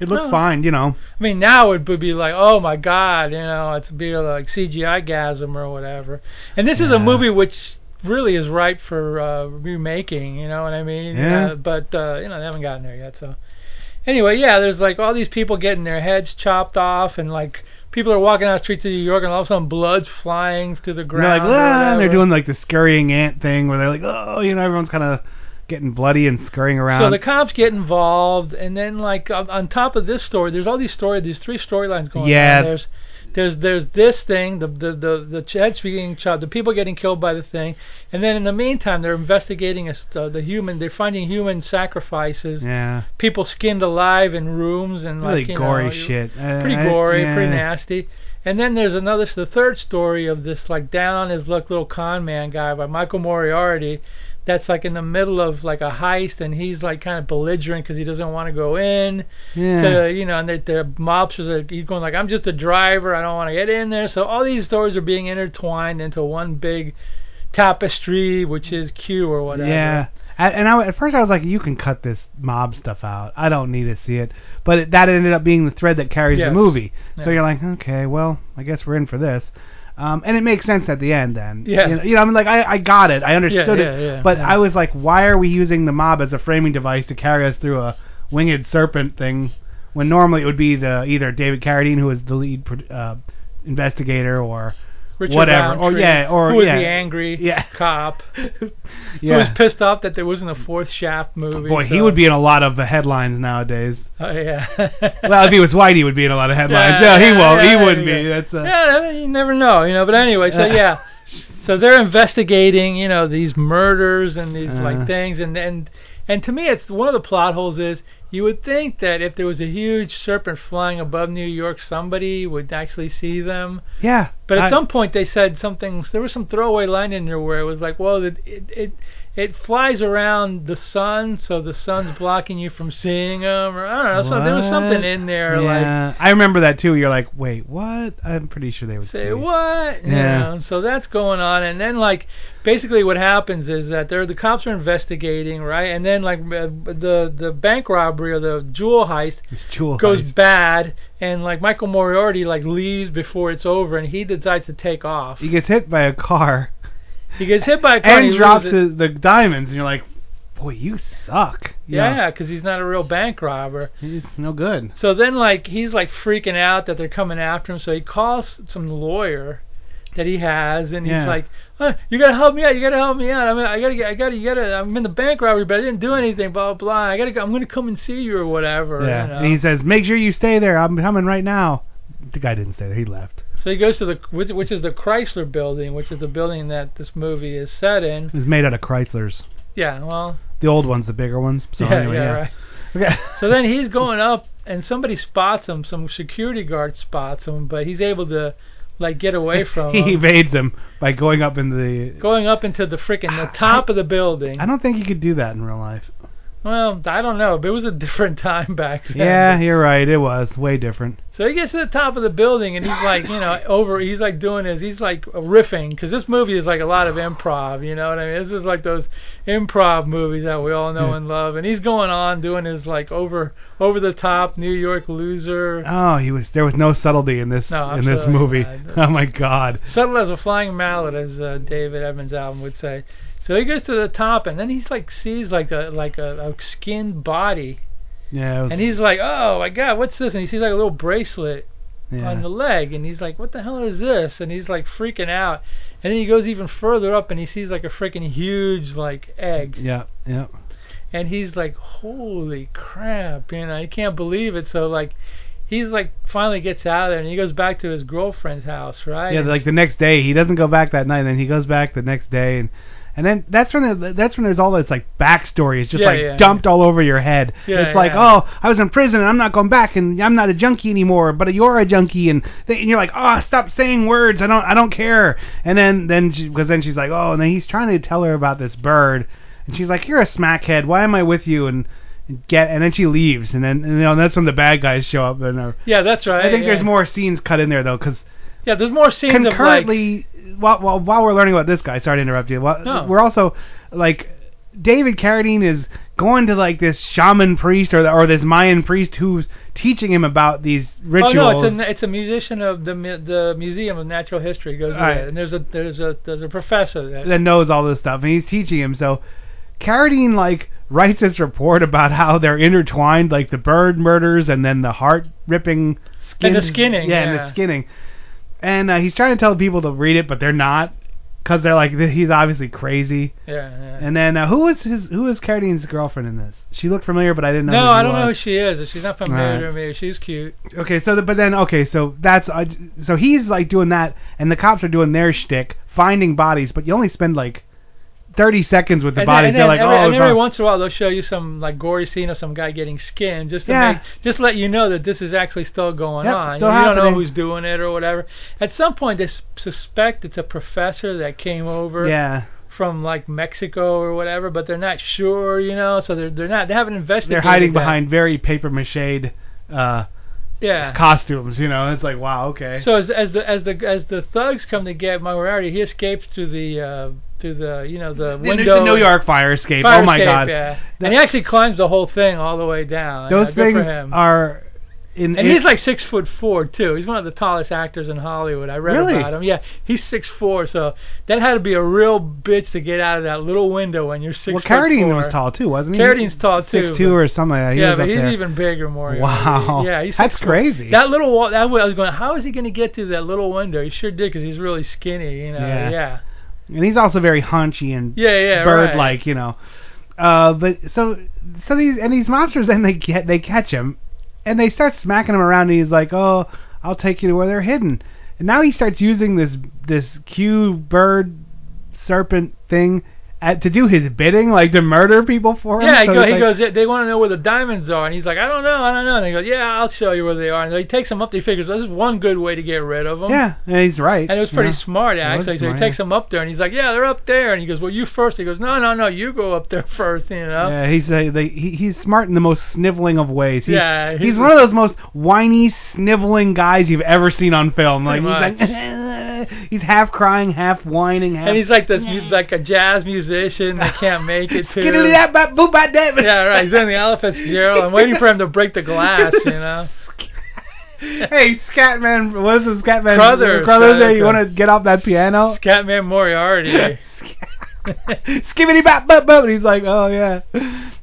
Speaker 1: It looked fine, you know.
Speaker 2: I mean, now it would be like, oh my god, you know, it's be like CGI gasm or whatever. And this is a movie which really is ripe for uh, remaking, you know what I mean?
Speaker 1: Yeah.
Speaker 2: Uh, but uh, you know, they haven't gotten there yet. So anyway, yeah, there's like all these people getting their heads chopped off, and like people are walking down the streets of New York, and all of a sudden blood's flying to the
Speaker 1: And they're
Speaker 2: ground.
Speaker 1: like, ah, and they're
Speaker 2: whatever.
Speaker 1: doing like the scurrying ant thing where they're like, oh, you know, everyone's kind of getting bloody and scurrying around.
Speaker 2: So the cops get involved, and then like on, on top of this story, there's all these story, these three storylines going
Speaker 1: Yeah.
Speaker 2: on. There's there's there's this thing, the the the the ch- heads being chopped, the people getting killed by the thing, and then in the meantime they're investigating a, st- uh, the human, they're finding human sacrifices,
Speaker 1: yeah,
Speaker 2: people skinned alive in rooms and
Speaker 1: really
Speaker 2: like you
Speaker 1: gory
Speaker 2: know,
Speaker 1: shit. Uh,
Speaker 2: pretty
Speaker 1: I-
Speaker 2: gory, pretty
Speaker 1: yeah.
Speaker 2: nasty. And then there's another, the third story of this like down on his luck little con man guy by Michael Moriarty. That's like in the middle of like a heist, and he's like kind of belligerent because he doesn't want to go in.
Speaker 1: Yeah.
Speaker 2: So, you know, and the, the mobsters are he's going like, I'm just a driver, I don't want to get in there. So all these stories are being intertwined into one big tapestry, which is Q or whatever.
Speaker 1: Yeah. At, and I, at first I was like, you can cut this mob stuff out. I don't need to see it. But it, that ended up being the thread that carries the
Speaker 2: Yes.
Speaker 1: movie. So
Speaker 2: Yeah.
Speaker 1: you're like, okay, well, I guess we're in for this. Um, and it makes sense at the end then.
Speaker 2: Yeah.
Speaker 1: You know, you know, I mean, like, I, I got it. I understood
Speaker 2: yeah,
Speaker 1: it.
Speaker 2: yeah,
Speaker 1: but
Speaker 2: yeah.
Speaker 1: I was like, why are we using the mob as a framing device to carry us through a winged serpent thing when normally it would be the either David Carradine, who is the lead pro- uh, investigator, or
Speaker 2: Richard
Speaker 1: whatever.
Speaker 2: Roundtree,
Speaker 1: or, yeah, or,
Speaker 2: who was
Speaker 1: yeah.
Speaker 2: the angry
Speaker 1: <laughs>
Speaker 2: cop,
Speaker 1: Yeah.
Speaker 2: who was pissed off that there wasn't a fourth Shaft movie.
Speaker 1: Boy, he
Speaker 2: so-
Speaker 1: would be in a lot of uh, headlines nowadays.
Speaker 2: Oh yeah. <laughs>
Speaker 1: well, if he was white, he would be in a lot of headlines.
Speaker 2: Yeah,
Speaker 1: Yeah, he
Speaker 2: yeah,
Speaker 1: won't.
Speaker 2: yeah,
Speaker 1: he wouldn't
Speaker 2: yeah.
Speaker 1: be. That's uh,
Speaker 2: yeah, you never know, you know. But anyway,
Speaker 1: <laughs>
Speaker 2: so yeah, so they're investigating, you know, these murders and these
Speaker 1: Uh-huh.
Speaker 2: like things, and and and to me, it's one of the plot holes is you would think that if there was a huge serpent flying above New York, somebody would actually see them.
Speaker 1: yeah.
Speaker 2: But at
Speaker 1: I-
Speaker 2: some point they said something. There was some throwaway line in there where it was like, "Well, it it it, it flies around the sun, so the sun's blocking you from seeing them." Or I don't know. So there was something
Speaker 1: What?
Speaker 2: in there like,
Speaker 1: yeah. I remember that too. You're like, wait, what? I'm pretty sure they would
Speaker 2: "Say
Speaker 1: see.
Speaker 2: what?" You
Speaker 1: Yeah.
Speaker 2: know, So that's going on, and then like basically what happens is that they're the cops are investigating, right? And then like uh, the the bank robbery or the jewel heist
Speaker 1: Jewel
Speaker 2: goes
Speaker 1: heist.
Speaker 2: bad, and like Michael Moriarty like leaves before it's over, and he decides to take off.
Speaker 1: He gets hit by a car
Speaker 2: He gets hit by a car
Speaker 1: and
Speaker 2: he
Speaker 1: drops
Speaker 2: loses-
Speaker 1: his, the diamonds, and you're like, boy, you suck. You know,
Speaker 2: Yeah, because he's not a real bank robber.
Speaker 1: it's no good.
Speaker 2: So then, like, he's like freaking out that they're coming after him. So he calls some lawyer that he has, and
Speaker 1: Yeah.
Speaker 2: he's like, "Huh, "You gotta help me out. You gotta help me out. I mean, I gotta, get, I gotta, you gotta. I'm in the bank robbery, but I didn't do anything. Blah blah. blah. I gotta, go- I'm gonna come and see you or whatever. you
Speaker 1: yeah.
Speaker 2: know.
Speaker 1: And he says, make sure you stay there. I'm coming right now. The guy didn't stay there. He left.
Speaker 2: So he goes to the, which, which is the Chrysler Building, which is the building that this movie is set in.
Speaker 1: It was made out of Chryslers.
Speaker 2: Yeah. Well.
Speaker 1: The old ones, the bigger ones. So
Speaker 2: yeah.
Speaker 1: Oh, anyway,
Speaker 2: yeah.
Speaker 1: yeah.
Speaker 2: Right.
Speaker 1: <laughs> Okay.
Speaker 2: So then he's going up, and somebody spots him. Some security guard spots him, but he's able to like
Speaker 1: <laughs>
Speaker 2: get away from um,
Speaker 1: he
Speaker 2: him.
Speaker 1: evades him by going up in the.
Speaker 2: Going up into the freaking the top of the building.
Speaker 1: I don't think he could do that in real
Speaker 2: <laughs>
Speaker 1: life.
Speaker 2: well, I don't know, but it was a <laughs> different time back then.
Speaker 1: Yeah, you're right. It was way different.
Speaker 2: So he gets to the top of the building and he's like, you know, over. He's like doing his. He's like riffing because this movie is like a lot of improv. You know what I mean? This is like those improv movies that we all know
Speaker 1: Yeah.
Speaker 2: and love. And he's going on doing his like over over the top New York loser.
Speaker 1: Oh, he was. There was no subtlety in this
Speaker 2: No,
Speaker 1: in this
Speaker 2: absolutely
Speaker 1: movie. <laughs>
Speaker 2: not.
Speaker 1: Oh my God.
Speaker 2: Subtle as a flying mallet, as uh, David Evans' album would say. So he goes to the top, and then he's like sees like a like a, a skinned body,
Speaker 1: Yeah. It was,
Speaker 2: and he's like, "Oh my God, what's this?" And he sees like a little bracelet
Speaker 1: yeah.
Speaker 2: on the leg, and he's like, "What the hell is this?" And he's like freaking out, and then he goes even further up, and he sees like a freaking huge like egg,
Speaker 1: yeah. Yeah.
Speaker 2: and he's like, "Holy crap!" You know, he can't believe it. So like. He's like finally gets out of there and he goes back to his girlfriend's house, right?
Speaker 1: Yeah.
Speaker 2: And
Speaker 1: Like the next day, he doesn't go back that night. And then he goes back the next day, and and then that's when the, that's when there's all this like backstory. It's just
Speaker 2: Yeah,
Speaker 1: like
Speaker 2: yeah,
Speaker 1: dumped all over your head.
Speaker 2: Yeah,
Speaker 1: it's like,
Speaker 2: yeah.
Speaker 1: oh, I was in prison and I'm not going back, and I'm not a junkie anymore, but you're a junkie, and, th- and you're like, oh, stop saying words. I don't I don't care. And then then because then she's like, oh, and then he's trying to tell her about this bird, and she's like, you're a smackhead. Why am I with you? And get and then she leaves, and then and, you know, that's when the bad guys show up. And are,
Speaker 2: Yeah, that's right.
Speaker 1: I think
Speaker 2: yeah.
Speaker 1: there's more scenes cut in there though, because
Speaker 2: Yeah, there's more scenes of like oh,
Speaker 1: concurrently while, while while we're learning about this guy sorry to interrupt you while,
Speaker 2: No.
Speaker 1: we're also like David Carradine is going to like this shaman priest or or this Mayan priest who's teaching him about these rituals.
Speaker 2: Oh no, it's a it's a musician of the mu- the Museum of Natural History goes
Speaker 1: Right.
Speaker 2: there, and there's a there's a there's a professor that
Speaker 1: that knows all this stuff, and he's teaching him. So Carradine like writes this report about how they're intertwined, like the bird murders and then the heart ripping skin,
Speaker 2: And the skinning,
Speaker 1: and
Speaker 2: yeah.
Speaker 1: the skinning. And uh, he's trying to tell people to read it, but they're not, because they're like th- he's obviously crazy.
Speaker 2: yeah. yeah.
Speaker 1: And then uh, who was his who was Carradine's girlfriend in this? She looked familiar, but I didn't know.
Speaker 2: no,
Speaker 1: who she
Speaker 2: I don't know who
Speaker 1: was.
Speaker 2: she is. She's not
Speaker 1: Alright.
Speaker 2: familiar to me. She's cute.
Speaker 1: Okay, so the, but then okay, so that's uh, so he's like doing that, and the cops are doing their shtick, finding bodies, but you only spend like thirty seconds with the
Speaker 2: and
Speaker 1: bodies.
Speaker 2: Then, and
Speaker 1: They're
Speaker 2: then
Speaker 1: like,
Speaker 2: every,
Speaker 1: oh,
Speaker 2: and every
Speaker 1: it's all-
Speaker 2: once in a while they'll show you some like gory scene of some guy getting skinned, just to
Speaker 1: Yeah.
Speaker 2: make, just let you know that this is actually still going
Speaker 1: Yep,
Speaker 2: on.
Speaker 1: still
Speaker 2: you don't
Speaker 1: happening.
Speaker 2: know who's doing it or whatever. At some point they s- suspect it's a professor that came over.
Speaker 1: yeah,
Speaker 2: From like Mexico or whatever, but they're not sure, you know. So they're they're not they haven't investigated.
Speaker 1: they're hiding
Speaker 2: that.
Speaker 1: behind very paper mache uh,
Speaker 2: yeah
Speaker 1: costumes. You know, it's like wow, okay.
Speaker 2: So as as the as the as the thugs come to get Moriarty, he escapes through the uh, through the you know
Speaker 1: The-
Speaker 2: the window.
Speaker 1: the New York fire escape.
Speaker 2: Fire
Speaker 1: oh my
Speaker 2: escape,
Speaker 1: god,
Speaker 2: Yeah. and he actually climbs the whole thing all the way down.
Speaker 1: those
Speaker 2: yeah, good for
Speaker 1: things
Speaker 2: him.
Speaker 1: are in.
Speaker 2: And
Speaker 1: it-
Speaker 2: he's like six foot four too. He's one of the tallest actors in Hollywood. I read
Speaker 1: Really?
Speaker 2: about him. Yeah, he's six four. So that had to be a real bitch to get out of that little window when you're six.
Speaker 1: well,
Speaker 2: foot four.
Speaker 1: Carradine was tall too, wasn't he?
Speaker 2: Carradine's tall too.
Speaker 1: six two
Speaker 2: but-
Speaker 1: or something like that. He
Speaker 2: yeah,
Speaker 1: was
Speaker 2: but
Speaker 1: up
Speaker 2: he's
Speaker 1: there.
Speaker 2: even bigger, Moriarty.
Speaker 1: Wow.
Speaker 2: Yeah, he's
Speaker 1: That's
Speaker 2: six foot-
Speaker 1: crazy.
Speaker 2: That little wall. That way I was going. How is he going to get through that little window? He sure did, 'cause he's really skinny. You know.
Speaker 1: Yeah.
Speaker 2: Yeah. Yeah.
Speaker 1: and he's also very haunchy and
Speaker 2: Yeah. right.
Speaker 1: bird like you know uh but so so these and these monsters then they get they catch him and they start smacking him around and he's like oh i'll take you to where they're hidden and now he starts using this this cue bird serpent thing at, to do his bidding like to murder people for him
Speaker 2: Yeah, he,
Speaker 1: So
Speaker 2: go,
Speaker 1: he's
Speaker 2: he
Speaker 1: like-
Speaker 2: goes. "Yeah, They want to know where the diamonds are, and he's like, "I don't know, I don't know." And they go, "Yeah, I'll show you where they are." And he takes them up. He figures well, this is one good way to get rid of them.
Speaker 1: yeah and he's right
Speaker 2: And it was
Speaker 1: you
Speaker 2: pretty
Speaker 1: know.
Speaker 2: smart,
Speaker 1: was
Speaker 2: actually. so
Speaker 1: smart,
Speaker 2: he takes
Speaker 1: yeah.
Speaker 2: them up there, and he's like, "Yeah, they're up there." And he goes, "Well, you first. He goes, "No, no, no, you go up there <laughs> first, You know.
Speaker 1: yeah, he's uh, they, he, he's smart in the most sniveling of ways. He's,
Speaker 2: Yeah,
Speaker 1: he's,
Speaker 2: he's
Speaker 1: one of those most whiny, sniveling guys you've ever seen on film. Like
Speaker 2: Pretty
Speaker 1: he's like <laughs> he's half crying, half whining, half
Speaker 2: And he's like this, he's like a jazz musician that can't
Speaker 1: <laughs>
Speaker 2: make it to.
Speaker 1: Skiddly that bat boop bat that.
Speaker 2: Yeah, right. He's
Speaker 1: <laughs>
Speaker 2: in the Alpha Zero. I'm waiting for him to break the glass, you know.
Speaker 1: hey, Scatman, what is it, Scatman?
Speaker 2: Crothers,
Speaker 1: Crothers, there, you
Speaker 2: Scatman.
Speaker 1: want to get off that piano? <laughs>
Speaker 2: Scatman Moriarty.
Speaker 1: Skibbity bop bop bop, and he's like, oh yeah.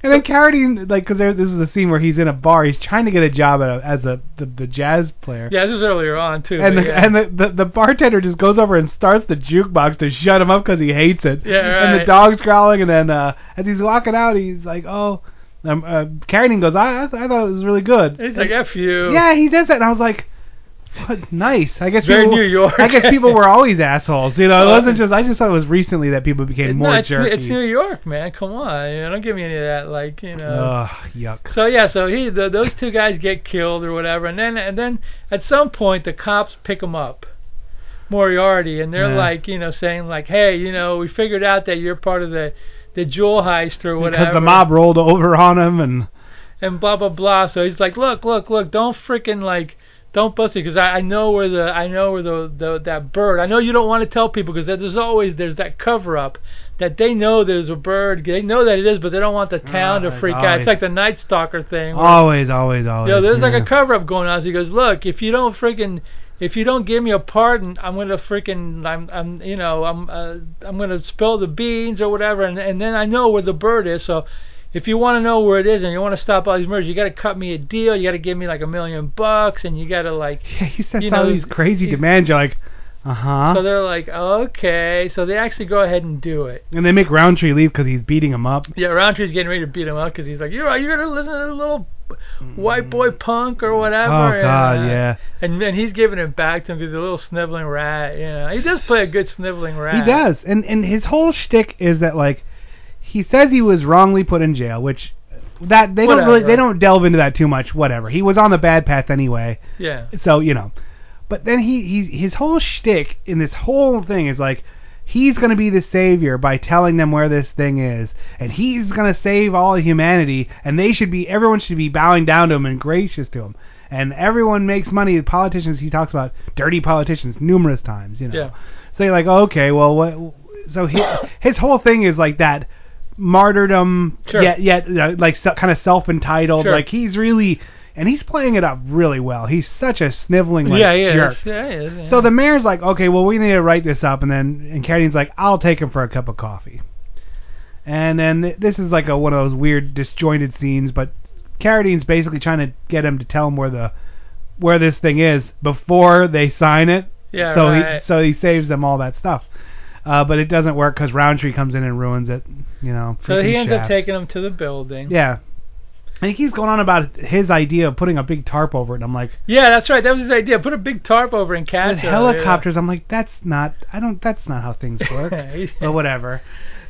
Speaker 1: And then Carradine, like, because this is a scene where he's in a bar, he's trying to get a job at a, as a the, the jazz player.
Speaker 2: Yeah, this was earlier on too.
Speaker 1: and
Speaker 2: but
Speaker 1: the,
Speaker 2: yeah.
Speaker 1: and the, the the bartender just goes over and starts the jukebox to shut him up because he hates it.
Speaker 2: Yeah,
Speaker 1: And the
Speaker 2: right.
Speaker 1: dog's growling, and then uh, as he's walking out, he's like, "Oh." Um, uh, Carradine goes, I, I, th- I thought it was really good.
Speaker 2: he's like, "F you."
Speaker 1: yeah, he does that, and I was like, what, nice. I guess
Speaker 2: Very
Speaker 1: people,
Speaker 2: New York.
Speaker 1: I guess people were always assholes. You know, it
Speaker 2: Well,
Speaker 1: wasn't just. I just thought it was recently that people became
Speaker 2: no,
Speaker 1: more
Speaker 2: it's,
Speaker 1: jerky.
Speaker 2: it's New York, man. Come on, you know, don't give me any of that. Like, you know.
Speaker 1: Ugh, yuck.
Speaker 2: So yeah, so he the, those two guys get killed or whatever, and then and then at some point the cops pick him up, Moriarty, and they're
Speaker 1: Yeah.
Speaker 2: like you know saying like, hey, you know, we figured out that you're part of the the jewel heist or whatever,
Speaker 1: Because the mob rolled over on him, and
Speaker 2: and blah blah blah. So he's like, look, look, look, don't freaking like. Don't bust me because I, I know where the I know where the, the that bird. I know you don't want to tell people because there's always there's that cover up that they know there's a bird. They know that it is, but they don't want the
Speaker 1: Ah,
Speaker 2: town to
Speaker 1: there's
Speaker 2: freak out.
Speaker 1: always-
Speaker 2: It's like the Night Stalker thing. where-
Speaker 1: always, always, always.
Speaker 2: Yo, there's
Speaker 1: yeah.
Speaker 2: like a cover up going on. So he goes, look, if you don't freaking, if you don't give me a pardon, I'm gonna freaking, I'm, I'm, you know, I'm, uh, I'm gonna spill the beans or whatever, and and then I know where the bird is. So if you want to know where it is and you want to stop all these murders, you gotta cut me a deal. You gotta give me like a million bucks, and you gotta like,
Speaker 1: Yeah, he sets
Speaker 2: you
Speaker 1: all
Speaker 2: know,
Speaker 1: these crazy
Speaker 2: you-
Speaker 1: demands. You're like, uh huh.
Speaker 2: so they're like, okay, so they actually go ahead and do it.
Speaker 1: and they make Roundtree leave because he's beating him up.
Speaker 2: Yeah, Roundtree's getting ready to beat him up because he's like, "You're you're gonna listen to the little white boy punk or whatever."
Speaker 1: Mm. Oh, God,
Speaker 2: and, uh,
Speaker 1: yeah.
Speaker 2: And and he's giving it back to him because a little sniveling rat. You know, he does play a good sniveling rat.
Speaker 1: He does, and and his whole shtick is that like he says he was wrongly put in jail, which that they don't really
Speaker 2: Whatever.
Speaker 1: they don't delve into that too much. Whatever, he was on the bad path anyway,
Speaker 2: Yeah.
Speaker 1: so you know. But then he he his whole shtick in this whole thing is like he's gonna be the savior by telling them where this thing is, and he's gonna save all of humanity, and they should be everyone should be bowing down to him and gracious to him. And everyone makes money. The politicians he talks about dirty politicians numerous times, you know.
Speaker 2: Yeah.
Speaker 1: So you're like, okay, well, what? So his his whole thing is like that martyrdom,
Speaker 2: Sure.
Speaker 1: yet yet uh, like so, kind of self entitled.
Speaker 2: Sure.
Speaker 1: Like he's really and he's playing it up really well. He's such a sniveling like,
Speaker 2: yeah, yeah,
Speaker 1: jerk.
Speaker 2: yeah, he is, yeah.
Speaker 1: So the mayor's like, okay, well we need to write this up, and then and Carradine's like, I'll take him for a cup of coffee. And then th- this is like a one of those weird disjointed scenes, but Carradine's basically trying to get him to tell him where the where this thing is before they sign it.
Speaker 2: Yeah,
Speaker 1: so
Speaker 2: right.
Speaker 1: he so he saves them all that stuff. Uh, but it doesn't work because Roundtree comes in and ruins it. You know.
Speaker 2: So he
Speaker 1: freaking
Speaker 2: ends up
Speaker 1: Shaft.
Speaker 2: taking him to the building.
Speaker 1: Yeah. And he keeps going on about his idea of putting a big tarp over it, and I'm like,
Speaker 2: Yeah, that's right. That was his idea. Put a big tarp over and catch
Speaker 1: with
Speaker 2: her, yeah.
Speaker 1: helicopters. I'm like, that's not. I don't. That's not how things
Speaker 2: <laughs>
Speaker 1: work.
Speaker 2: He's-
Speaker 1: but whatever.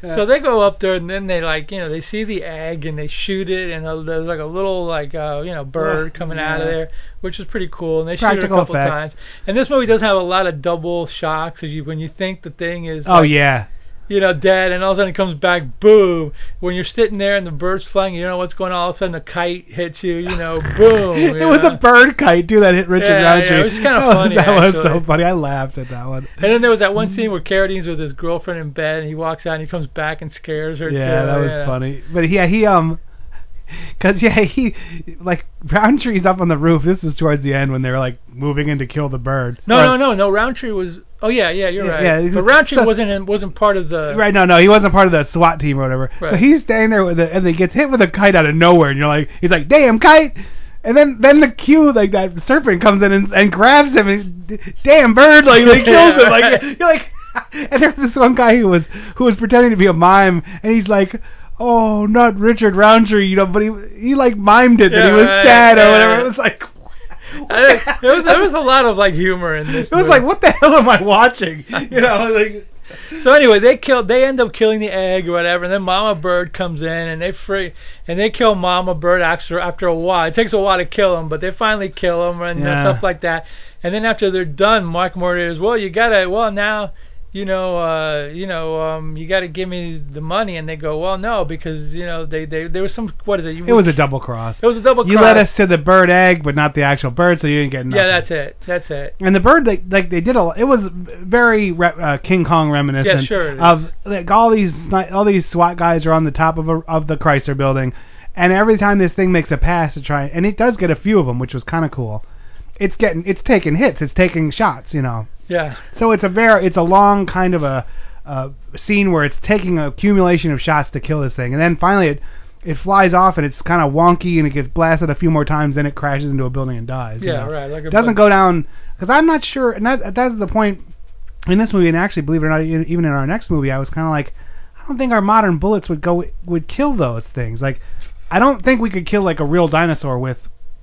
Speaker 2: So they go up there and then they like you know they see the egg and they shoot it and uh, there's like a little like uh, you know bird
Speaker 1: Ugh,
Speaker 2: coming out of
Speaker 1: yeah.
Speaker 2: there which is pretty cool and they shoot it
Speaker 1: Practical
Speaker 2: a couple
Speaker 1: effects.
Speaker 2: times and this movie does have a lot of double shocks so you, when you think the thing is
Speaker 1: Oh
Speaker 2: like,
Speaker 1: yeah.
Speaker 2: you know, dead, and all of a sudden it comes back, boom. When you're sitting there and the bird's flying, you don't know what's going on. All of a sudden, a kite hits you,
Speaker 1: <laughs>
Speaker 2: you know, boom. you
Speaker 1: it was
Speaker 2: know.
Speaker 1: a bird kite too that hit Richard
Speaker 2: oh, Yeah, yeah, it
Speaker 1: Roundtree.
Speaker 2: was kinda
Speaker 1: <laughs> That was-
Speaker 2: funny,
Speaker 1: That was so
Speaker 2: actually.
Speaker 1: funny. I laughed at that one.
Speaker 2: And then there was that one scene where Carradine's with his girlfriend in bed, and he walks out and he comes back and scares her.
Speaker 1: Yeah,
Speaker 2: too.
Speaker 1: that was
Speaker 2: yeah.
Speaker 1: funny. But yeah, he um, <laughs> cause yeah, he like Roundtree's up on the roof. This was towards the end when they were like moving in to kill the bird.
Speaker 2: No,
Speaker 1: Or-
Speaker 2: no, no, no. Roundtree was. Oh yeah, yeah, you're
Speaker 1: Yeah,
Speaker 2: right.
Speaker 1: yeah,
Speaker 2: but
Speaker 1: it's-
Speaker 2: Roundtree
Speaker 1: so-
Speaker 2: wasn't in, wasn't part of the.
Speaker 1: Right, no, no, he wasn't part of the SWAT team or whatever. So
Speaker 2: Right.
Speaker 1: he's standing there with a, and he gets hit with a kite out of nowhere, and you're like, he's like, damn kite, and then then the cue like that serpent comes in and, and grabs him, and he's, damn bird, like they kills him, like
Speaker 2: Right.
Speaker 1: you're like, <laughs> and there's this one guy who was who was pretending to be a mime, and he's like. Oh, not Richard Roundtree, you know, but he he like mimed it that
Speaker 2: Yeah,
Speaker 1: he was
Speaker 2: right,
Speaker 1: sad or
Speaker 2: yeah.
Speaker 1: whatever. It was like
Speaker 2: I think there was there was a lot of like humor in this.
Speaker 1: it was
Speaker 2: movie.
Speaker 1: like, what the hell am I
Speaker 2: <laughs>
Speaker 1: watching? You know, like
Speaker 2: So anyway, they kill. They end up killing the egg or whatever, and then Mama Bird comes in and they free and they kill Mama Bird after after a while. It takes a while to kill him, but they finally kill him and uh,
Speaker 1: Yeah.
Speaker 2: stuff like that. And then after they're done, Mark Morty is well, you gotta well now. You know, uh, you know, um, you got to give me the money, and they go, well, no, because you know, they, they, there was some, what is it? You,
Speaker 1: it was a double cross.
Speaker 2: it was a double.
Speaker 1: you
Speaker 2: cross.
Speaker 1: led us to the bird egg, but not the actual bird, so you didn't get nothing.
Speaker 2: Yeah, that's it. That's it.
Speaker 1: and the bird, like, like they did a, it was very re- uh, King Kong reminiscent
Speaker 2: Yeah, sure it is.
Speaker 1: of like all these sni- all these SWAT guys are on the top of a, of the Chrysler building, and every time this thing makes a pass to try, and it does get a few of them, which was kind of cool. It's getting, it's taking hits, it's taking shots, you know.
Speaker 2: Yeah.
Speaker 1: So it's a very, it's a long kind of a, uh scene where it's taking an accumulation of shots to kill this thing, and then finally it, it flies off and it's kind of wonky and it gets blasted a few more times, then it crashes into a building and dies. you
Speaker 2: Yeah,
Speaker 1: know.
Speaker 2: right. Like a
Speaker 1: It doesn't
Speaker 2: bug.
Speaker 1: go down because I'm not sure, and that, that's the point in this movie. And actually, believe it or not, e- even in our next movie, I was kind of like, I don't think our modern bullets would go would kill those things. Like, I don't think we could kill like a real dinosaur with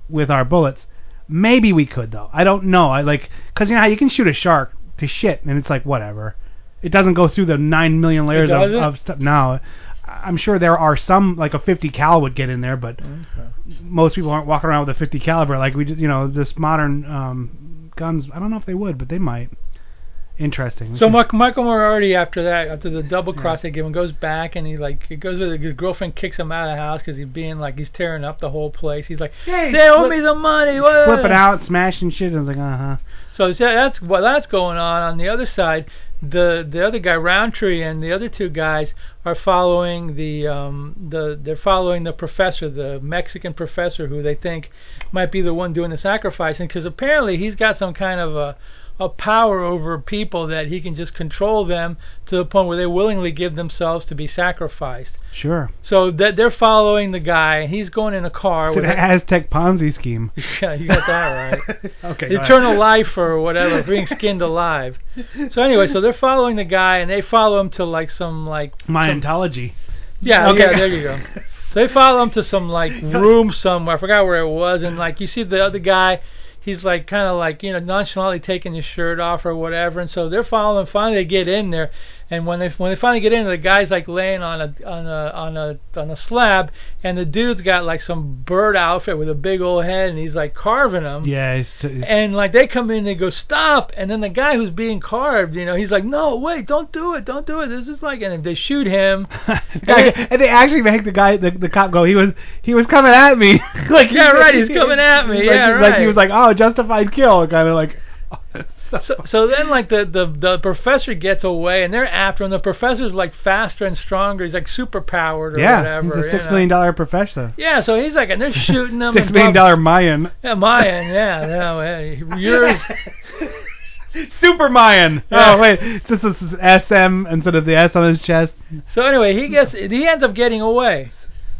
Speaker 1: with our bullets. Maybe we could though. I don't know. I like because you know how you can shoot a shark to shit and it's like whatever. It doesn't go through the nine million layers of,
Speaker 2: doesn't?
Speaker 1: of stuff. No, I- I'm sure there are some like a 50 cal would get in there, but most people aren't walking around with a 50 caliber like we just you know this modern um, guns. I don't know if they would, but they might. <laughs> Interesting.
Speaker 2: So Mark, Michael Moriarty, after that, after the double cross they give him, goes back and he like he goes with his girlfriend, kicks him out of the house because he's being like he's tearing up the whole place. He's like,
Speaker 1: Hey,
Speaker 2: they owe
Speaker 1: flip-
Speaker 2: me the money. What?
Speaker 1: flipping out, smashing shit. I was like, uh huh.
Speaker 2: So so that's what that's going on. On the other side, the the other guy Roundtree and the other two guys are following the um the they're following the professor, the Mexican professor who they think might be the one doing the sacrificing because apparently he's got some kind of a a power over people that he can just control them to the point where they willingly give themselves to be sacrificed.
Speaker 1: Sure.
Speaker 2: So that they're following the guy, and he's going in a car
Speaker 1: It's
Speaker 2: with
Speaker 1: an
Speaker 2: a- <laughs>
Speaker 1: Aztec Ponzi scheme.
Speaker 2: yeah, you got that
Speaker 1: <laughs>
Speaker 2: right.
Speaker 1: Okay. go ahead.
Speaker 2: Eternal <laughs> life or whatever, being skinned alive. So anyway, so they're following the guy and they follow him to like some like
Speaker 1: My
Speaker 2: some,
Speaker 1: ontology.
Speaker 2: yeah
Speaker 1: Okay.
Speaker 2: yeah there you go. So they follow him to some <laughs> like room somewhere. I forgot where it was, and like you see the other guy, he's like kind of like you know nonchalantly taking his shirt off or whatever. And so they're following. Finally, they get in there, and when they when they finally get in, the guy's like laying on a on a on a on a slab, and the dude's got like some bird outfit with a big old head, and he's like carving him.
Speaker 1: <laughs> Yeah. It's, it's,
Speaker 2: And like they come in, they go stop, and then the guy who's being carved, you know, he's like, no, wait, don't do it, don't do it. This is like, and if they shoot him,
Speaker 1: <laughs>
Speaker 2: <laughs>
Speaker 1: and they actually make the guy, the, the cop, go. He was he was coming at me. <laughs> like
Speaker 2: Yeah, right, he's coming at
Speaker 1: <laughs>
Speaker 2: me,
Speaker 1: Like,
Speaker 2: yeah,
Speaker 1: like he
Speaker 2: right.
Speaker 1: was like, <laughs> oh, justified kill, kind of like.
Speaker 2: so, so then like the, the the professor gets away and they're after him. The professor's like faster and stronger. He's like super powered
Speaker 1: <laughs>
Speaker 2: or
Speaker 1: yeah,
Speaker 2: whatever.
Speaker 1: he's a
Speaker 2: you
Speaker 1: six
Speaker 2: know.
Speaker 1: million dollar professor.
Speaker 2: Yeah, so he's like and they're shooting
Speaker 1: <laughs>
Speaker 2: him.
Speaker 1: Six
Speaker 2: and
Speaker 1: million
Speaker 2: blah-
Speaker 1: dollar Mayan.
Speaker 2: Yeah, Mayan. Yeah, yeah. yeah. Yours.
Speaker 1: <laughs> Super Mayan. Oh wait, it's just this is SM instead of the S on his chest.
Speaker 2: So anyway, he gets he ends up getting away.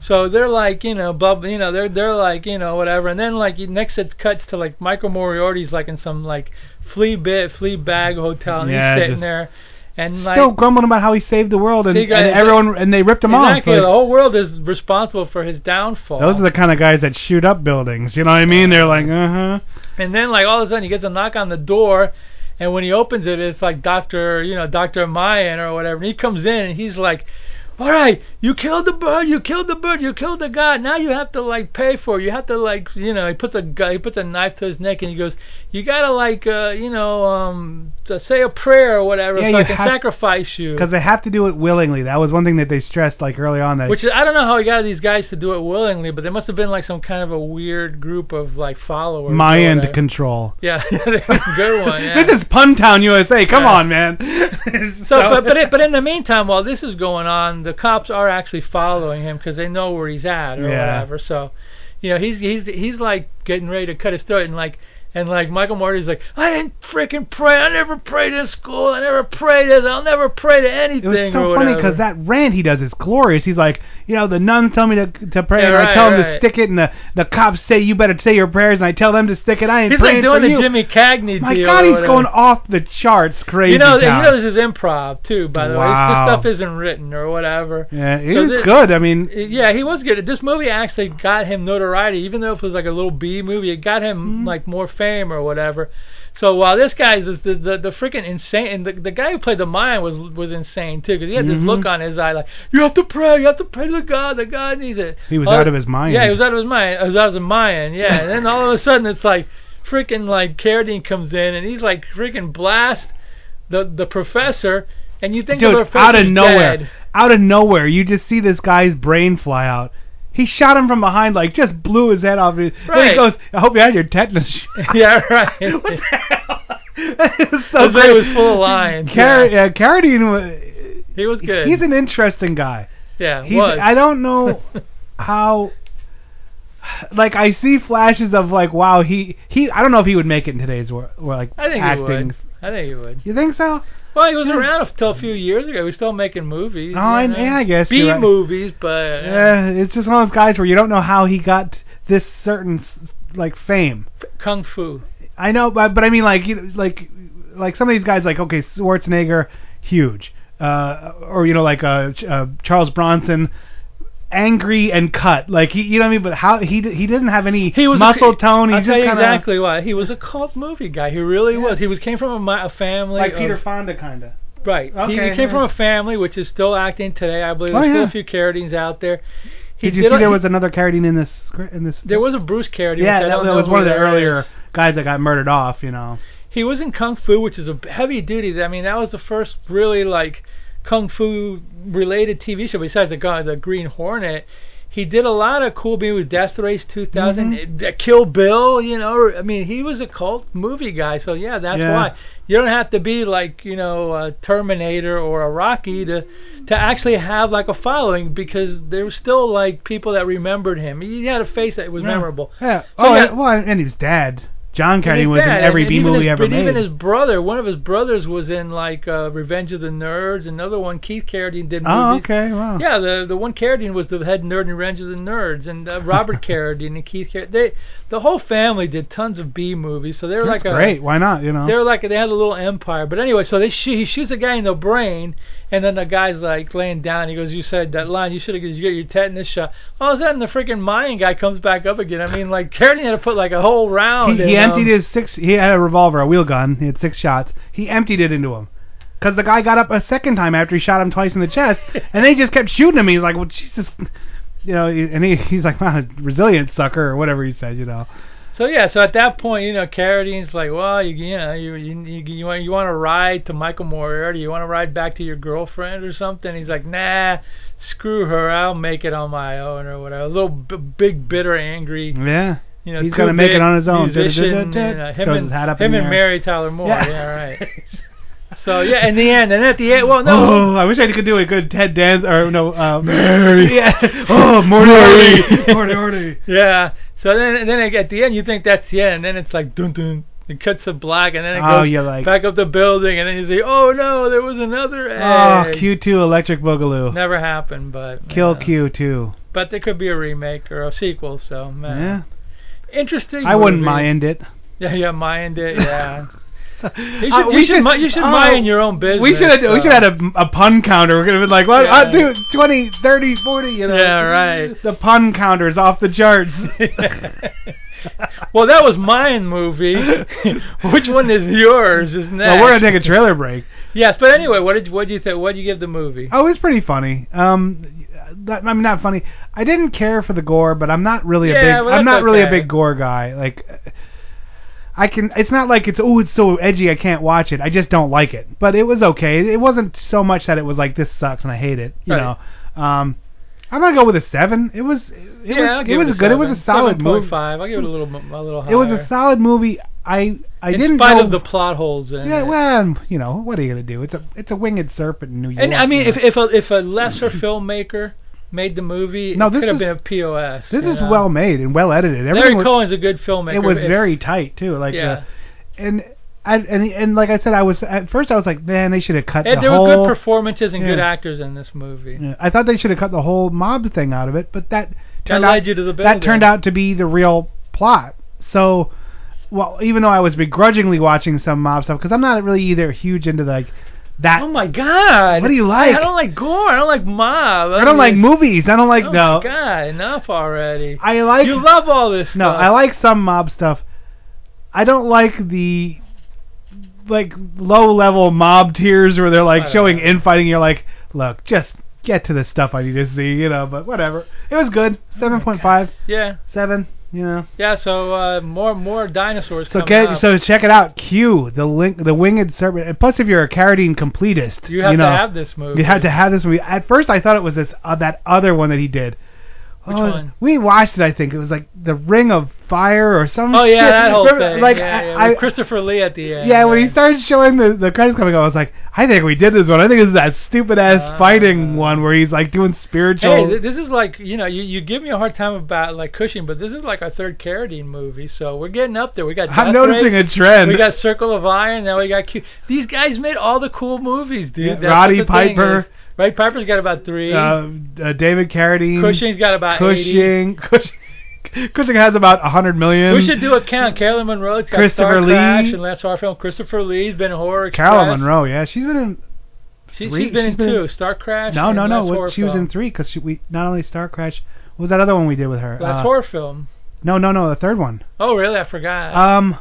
Speaker 2: So they're like, you know, blah, you know, they're they're like, you know, whatever. And then like you- next it cuts to like Michael Moriarty's like in some like flea bit flea bag hotel and
Speaker 1: Yeah,
Speaker 2: he's sitting
Speaker 1: just-
Speaker 2: there and like
Speaker 1: Still grumbling about how he saved the world and,
Speaker 2: See, guys,
Speaker 1: and everyone and they ripped him
Speaker 2: exactly oh.
Speaker 1: off.
Speaker 2: the
Speaker 1: Like,
Speaker 2: whole world is responsible for his downfall.
Speaker 1: those are the kind of guys that shoot up buildings. You know what I mean? They're like, uh huh.
Speaker 2: And then like all of a sudden he gets a knock on the door, and when he opens it, it's like Doctor, you know, Doctor Mayan or whatever. And he comes in and he's like, "All right, you killed the bird, you killed the bird, you killed the god. Now you have to like pay for it. You have to like, you know." He puts a gu- he puts a knife to his neck and he goes, "You gotta like, uh, you know, um, to say a prayer or whatever,
Speaker 1: Yeah,
Speaker 2: so I
Speaker 1: you
Speaker 2: can
Speaker 1: have-
Speaker 2: sacrifice you."
Speaker 1: Because they have to do it willingly. That was one thing that they stressed like early on. That
Speaker 2: Which is, I don't know how he got these guys to do it willingly, but there must have been like some kind of a weird group of like followers. or
Speaker 1: Mayan to
Speaker 2: whatever.
Speaker 1: control.
Speaker 2: Yeah, <laughs> good
Speaker 1: <laughs>
Speaker 2: one. Yeah.
Speaker 1: This is Puntown, USA. Come
Speaker 2: Yeah.
Speaker 1: on, man. <laughs>
Speaker 2: so, but but, it, but in the meantime, while this is going on, the cops are actually following him because they know where he's at or
Speaker 1: Yeah.
Speaker 2: whatever. So, you know, he's he's he's like getting ready to cut his throat and like and like Michael Marty's like, I didn't freaking pray. I never prayed in school. I never prayed this. I'll never pray to anything.
Speaker 1: It was so
Speaker 2: or
Speaker 1: funny
Speaker 2: whatever."
Speaker 1: because that rant he does is glorious. He's like, you know, the nuns tell me to to pray,
Speaker 2: Yeah,
Speaker 1: and I
Speaker 2: right,
Speaker 1: tell them to
Speaker 2: right.
Speaker 1: stick it, and the the cops say you better say your prayers, and I tell them to stick it. I ain't
Speaker 2: He's like
Speaker 1: praying for
Speaker 2: doing the
Speaker 1: you.
Speaker 2: Jimmy Cagney
Speaker 1: My
Speaker 2: deal.
Speaker 1: God,
Speaker 2: or
Speaker 1: he's
Speaker 2: whatever.
Speaker 1: going off the charts, crazy.
Speaker 2: You know, you
Speaker 1: town.
Speaker 2: know, this is improv too. By the way, this,
Speaker 1: Wow.
Speaker 2: this stuff isn't written or whatever.
Speaker 1: yeah, it
Speaker 2: So
Speaker 1: was
Speaker 2: thi-
Speaker 1: good. I mean,
Speaker 2: Yeah, he was good. This movie actually got him notoriety, even though it was like a little B movie. It got
Speaker 1: Mm-hmm.
Speaker 2: him like more fame or whatever. So while this guy's this, the the, the freaking insane, and the, the guy who played the Mayan was was insane too, because he had this
Speaker 1: Mhm.
Speaker 2: look on his eye like you have to pray, you have to pray to God, the God needs it.
Speaker 1: He was
Speaker 2: All-
Speaker 1: out of his mind.
Speaker 2: Yeah, he was out of his mind. He was out of his mind.
Speaker 1: <laughs>
Speaker 2: Yeah, and then all of a sudden it's like freaking like Carradine comes in and he's like freaking blast the the professor, and you think the
Speaker 1: dude,
Speaker 2: professor's
Speaker 1: out of nowhere,
Speaker 2: dead. <laughs>
Speaker 1: out of nowhere, you just see this guy's brain fly out. He shot him from behind, like just blew his head off. His, Then he
Speaker 2: Right.
Speaker 1: goes, "I hope you had your tetanus."
Speaker 2: <laughs>
Speaker 1: shot."
Speaker 2: yeah,
Speaker 1: <laughs>
Speaker 2: right. What
Speaker 1: so
Speaker 2: His brain
Speaker 1: great.
Speaker 2: was full of lines.
Speaker 1: Car-
Speaker 2: yeah.
Speaker 1: yeah. Carradine wa-
Speaker 2: He was good.
Speaker 1: He's an interesting guy.
Speaker 2: yeah,
Speaker 1: He's,
Speaker 2: was.
Speaker 1: I don't
Speaker 2: <laughs>
Speaker 1: know how. Like I see flashes of like, wow, he he. I don't know if he would make it in today's world, like
Speaker 2: I think
Speaker 1: acting.
Speaker 2: he would. I think he would.
Speaker 1: You think so?
Speaker 2: Well, he was
Speaker 1: Yeah.
Speaker 2: around until a few years ago. He was still making movies.
Speaker 1: Oh, I-
Speaker 2: you know.
Speaker 1: yeah, I guess
Speaker 2: B
Speaker 1: you're right.
Speaker 2: movies, but uh,
Speaker 1: Yeah, it's just one of those guys where you don't know how he got this certain s- like fame.
Speaker 2: kung fu.
Speaker 1: I know, but but I mean like you know, like like some of these guys like okay Schwarzenegger huge, uh, or you know like uh, Ch- uh Charles Bronson angry and cut like he you know what I mean. But how he d- he doesn't have any
Speaker 2: He was
Speaker 1: muscle
Speaker 2: a,
Speaker 1: tone.
Speaker 2: I'll
Speaker 1: He's
Speaker 2: tell
Speaker 1: just
Speaker 2: you
Speaker 1: kind of
Speaker 2: exactly why. He was a cult movie guy. He really was. He was came from a, mi- a family
Speaker 1: like
Speaker 2: of-
Speaker 1: Peter Fonda kind of.
Speaker 2: Right. He- he,
Speaker 1: Okay,
Speaker 2: came
Speaker 1: yeah.
Speaker 2: from a family which is still acting today. I believe
Speaker 1: Oh,
Speaker 2: there's still
Speaker 1: yeah.
Speaker 2: a few Carradines out there. He
Speaker 1: Did you
Speaker 2: did
Speaker 1: see
Speaker 2: a-
Speaker 1: there was another Carradine in this scr- in this?
Speaker 2: There was a Bruce Carradine.
Speaker 1: yeah,
Speaker 2: which I
Speaker 1: that,
Speaker 2: don't
Speaker 1: that
Speaker 2: know
Speaker 1: was
Speaker 2: who
Speaker 1: one of the
Speaker 2: that is.
Speaker 1: earlier guys that got murdered off. You know.
Speaker 2: He was in Kung Fu, which is a heavy duty. I mean, that was the first really like Kung Fu related TV show besides the guy, the Green Hornet. He did a lot of cool movies, Death Race 2000,
Speaker 1: Mm-hmm.
Speaker 2: uh, Kill Bill. You know, I mean, he was a cult movie guy. So yeah, that's
Speaker 1: Yeah.
Speaker 2: why you don't have to be like you know a Terminator or a Rocky to to actually have like a following because there was still like people that remembered him. He had a face that was
Speaker 1: Yeah.
Speaker 2: memorable.
Speaker 1: Yeah.
Speaker 2: So,
Speaker 1: oh,
Speaker 2: yeah.
Speaker 1: and- well, and his dad, John
Speaker 2: And his
Speaker 1: Carradine, was in
Speaker 2: dad,
Speaker 1: every
Speaker 2: and
Speaker 1: B
Speaker 2: even
Speaker 1: movie
Speaker 2: his-
Speaker 1: ever
Speaker 2: but
Speaker 1: made.
Speaker 2: Even his brother, one of his brothers was in like uh, Revenge of the Nerds. Another one, Keith Carradine did.
Speaker 1: oh,
Speaker 2: movies.
Speaker 1: okay, wow.
Speaker 2: Yeah, the the one Carradine was the head nerd in Revenge of the Nerds, and uh,
Speaker 1: <laughs>
Speaker 2: Robert Carradine and Keith Carradine. They, the whole family did tons of B movies, so they were
Speaker 1: That's
Speaker 2: like
Speaker 1: great.
Speaker 2: a
Speaker 1: Why not? You know.
Speaker 2: they were like they had a little empire. But anyway, so they shoot, he shoots a guy in the brain, and then the guy's like laying down. He goes, "You said that line. You should have. You got your tetanus shot." All of a sudden, the freaking Mayan guy comes back up again. I mean, like Carradine had to put like a whole round.
Speaker 1: he
Speaker 2: in um,
Speaker 1: he emptied
Speaker 2: him.
Speaker 1: his six. He had a revolver, a wheel gun. He had six shots. He emptied it into him. Because the guy got up a second time after he shot him twice in the chest, and they just kept shooting him. He's like, "Well, Jesus," you know, and he, he's like, "Wow, resilient sucker," or whatever he said, you know.
Speaker 2: So yeah, so at that point, you know, Carradine's like, well, you, you know, you you you, you want you want to ride to Michael Moriarty, you want to ride back to your girlfriend or something. He's like, nah, screw her, I'll make it on my own or whatever. A little b- big, bitter, angry
Speaker 1: Yeah.
Speaker 2: You know,
Speaker 1: He's
Speaker 2: going
Speaker 1: gonna
Speaker 2: to
Speaker 1: make it on his own.
Speaker 2: Musician, you know,
Speaker 1: <laughs>
Speaker 2: him
Speaker 1: Throws
Speaker 2: and,
Speaker 1: his hat up
Speaker 2: him
Speaker 1: in the
Speaker 2: and
Speaker 1: air.
Speaker 2: Mary Tyler Moore.
Speaker 1: Yeah.
Speaker 2: Yeah, right. <laughs> So yeah, in the end, and at the end, well, no,
Speaker 1: <laughs> Oh, I wish I could do a good Ted Danz or no, um,
Speaker 2: Mary.
Speaker 1: <laughs> Yeah. Oh,
Speaker 2: <laughs>
Speaker 1: Moriarty. Moriarty.
Speaker 2: yeah. So then, then at the end, you think that's the end, and then it's like dun dun. It cuts to black, and then it
Speaker 1: Oh,
Speaker 2: goes
Speaker 1: you're like-
Speaker 2: back up the building, and then you say, "Oh no, there was another."
Speaker 1: Oh,
Speaker 2: egg."
Speaker 1: Q2 Electric Boogaloo.
Speaker 2: Never happened, but
Speaker 1: Kill
Speaker 2: yeah.
Speaker 1: Q2.
Speaker 2: But there could be a remake or a sequel, so man. Yeah. Interesting.
Speaker 1: I wouldn't
Speaker 2: movie.
Speaker 1: mind it.
Speaker 2: Yeah, yeah, mind
Speaker 1: <laughs>
Speaker 2: it. Yeah. you should,
Speaker 1: Uh,
Speaker 2: you should, mi- you should
Speaker 1: oh,
Speaker 2: mind your own business.
Speaker 1: We should have we
Speaker 2: so.
Speaker 1: should have had a, a pun counter. We're gonna be like, what, uh,
Speaker 2: Yeah.
Speaker 1: dude, 20, 30, 40, you know.
Speaker 2: Yeah, right.
Speaker 1: The pun counter is off the
Speaker 2: <laughs>
Speaker 1: charts.
Speaker 2: Well, that was mine movie.
Speaker 1: <laughs>
Speaker 2: <laughs> Which one is yours? Is next.
Speaker 1: Well, we're gonna take a trailer break.
Speaker 2: Yes, but anyway, what did what did you think? What did you give the movie?
Speaker 1: Oh, it's pretty funny. Um, that, I mean, not funny. I didn't care for the gore, but I'm not really
Speaker 2: Yeah,
Speaker 1: a big.
Speaker 2: well,
Speaker 1: I'm
Speaker 2: that's
Speaker 1: not really a
Speaker 2: okay.
Speaker 1: big gore guy. Like, I can. It's not like it's oh, it's so edgy. I can't watch it. I just don't like it. But it was okay. It wasn't so much that it was like this sucks and I hate it. You
Speaker 2: Right.
Speaker 1: know. Um, I'm gonna go with a seven. It was. It
Speaker 2: yeah, I'll
Speaker 1: was. It
Speaker 2: give
Speaker 1: was
Speaker 2: a
Speaker 1: good. It was a
Speaker 2: seven.
Speaker 1: solid movie.
Speaker 2: 7.5. I'll give it a little m- a little higher.
Speaker 1: It was a solid movie. I I
Speaker 2: in
Speaker 1: didn't
Speaker 2: spite
Speaker 1: know,
Speaker 2: of the plot holes in
Speaker 1: yeah,
Speaker 2: it.
Speaker 1: well, you know, what are you gonna do? It's a it's a winged serpent in New York.
Speaker 2: and I mean,
Speaker 1: you
Speaker 2: if if a, if a lesser filmmaker made the movie,
Speaker 1: No,
Speaker 2: it
Speaker 1: this
Speaker 2: could have
Speaker 1: is-
Speaker 2: been a POS.
Speaker 1: This
Speaker 2: you
Speaker 1: is
Speaker 2: know?
Speaker 1: well made and well edited.
Speaker 2: Larry
Speaker 1: Everything was,
Speaker 2: Cohen's a good filmmaker.
Speaker 1: it was
Speaker 2: If-
Speaker 1: very tight too. Like
Speaker 2: yeah.
Speaker 1: uh, and I, and and like I said, I was at first I was like, man, they should have cut
Speaker 2: And
Speaker 1: the
Speaker 2: there
Speaker 1: whole.
Speaker 2: were good performances and good
Speaker 1: Yeah.
Speaker 2: actors in this movie.
Speaker 1: Yeah, I thought they should have cut the whole mob thing out of it, but that turned
Speaker 2: led
Speaker 1: out
Speaker 2: you to the building.
Speaker 1: that turned out to be the real plot. So, well, even though I was begrudgingly watching some mob stuff because I'm not really either huge into like that.
Speaker 2: Oh my god!
Speaker 1: What do you
Speaker 2: I-
Speaker 1: like?
Speaker 2: I don't like gore. I don't like mob.
Speaker 1: I don't like
Speaker 2: mean,
Speaker 1: movies. I don't like
Speaker 2: Oh
Speaker 1: no.
Speaker 2: my god! Enough already.
Speaker 1: I like
Speaker 2: you love all this
Speaker 1: No,
Speaker 2: stuff.
Speaker 1: I like some mob stuff. I don't like the like low level mob tiers where they're
Speaker 2: I
Speaker 1: like
Speaker 2: don't
Speaker 1: showing
Speaker 2: know.
Speaker 1: infighting. You're like, look, just get to the stuff I need to see, you know. But whatever, it was good. Seven point five,
Speaker 2: Yeah,
Speaker 1: seven, you know.
Speaker 2: yeah. So uh, more more dinosaurs.
Speaker 1: So
Speaker 2: coming
Speaker 1: get
Speaker 2: up.
Speaker 1: so check it out. Q the link the winged serpent. And plus, if you're a Carradine completist,
Speaker 2: You have
Speaker 1: know,
Speaker 2: to have this movie.
Speaker 1: You had to have this movie. At first, I thought it was this uh, that other one that he did.
Speaker 2: Which
Speaker 1: Oh,
Speaker 2: one?
Speaker 1: We watched it. I think it was like the Ring of Fire or some.
Speaker 2: Oh yeah,
Speaker 1: shit.
Speaker 2: that whole
Speaker 1: Remember,
Speaker 2: thing.
Speaker 1: Like
Speaker 2: yeah,
Speaker 1: I-
Speaker 2: yeah,
Speaker 1: I,
Speaker 2: with Christopher Lee at the
Speaker 1: yeah,
Speaker 2: end.
Speaker 1: when he started showing the the credits coming up, I was like, I think we did this one. I think it's that stupid ass fighting one where he's like doing spiritual.
Speaker 2: Ah. Hey, th- this is like you know you, you give me a hard time about like Cushing, but this is like our third Carradine movie, so we're getting up there. We got
Speaker 1: I'm
Speaker 2: Death
Speaker 1: noticing
Speaker 2: Race,
Speaker 1: a trend.
Speaker 2: We got Circle of Iron, now we got Q. These guys made all the cool movies, dude.
Speaker 1: Yeah,
Speaker 2: That's what
Speaker 1: Roddy
Speaker 2: the thing
Speaker 1: Piper.
Speaker 2: is. Roddy Piper's got about three.
Speaker 1: uh, uh, David Carradine.
Speaker 2: Cushing's got about eighty.
Speaker 1: Cushing. <laughs> Cushing. Cushing has about a hundred million.
Speaker 2: We should do a count. Carolyn Monroe's got
Speaker 1: Christopher
Speaker 2: Star
Speaker 1: Lee.
Speaker 2: Crash and last horror film. Christopher Lee's been in horror.
Speaker 1: Carolyn
Speaker 2: Express.
Speaker 1: Monroe. Yeah, she's been in.
Speaker 2: She, has
Speaker 1: three.
Speaker 2: been
Speaker 1: She's
Speaker 2: in
Speaker 1: been in-
Speaker 2: two. Star Crash.
Speaker 1: No,
Speaker 2: and
Speaker 1: no,
Speaker 2: Last
Speaker 1: no.
Speaker 2: Horror
Speaker 1: What, she was
Speaker 2: Film.
Speaker 1: in three because we not only Star Crash. What was that other one we did with her?
Speaker 2: Last
Speaker 1: Uh,
Speaker 2: horror film.
Speaker 1: No, no, no. The third one.
Speaker 2: Oh really? I forgot.
Speaker 1: Um.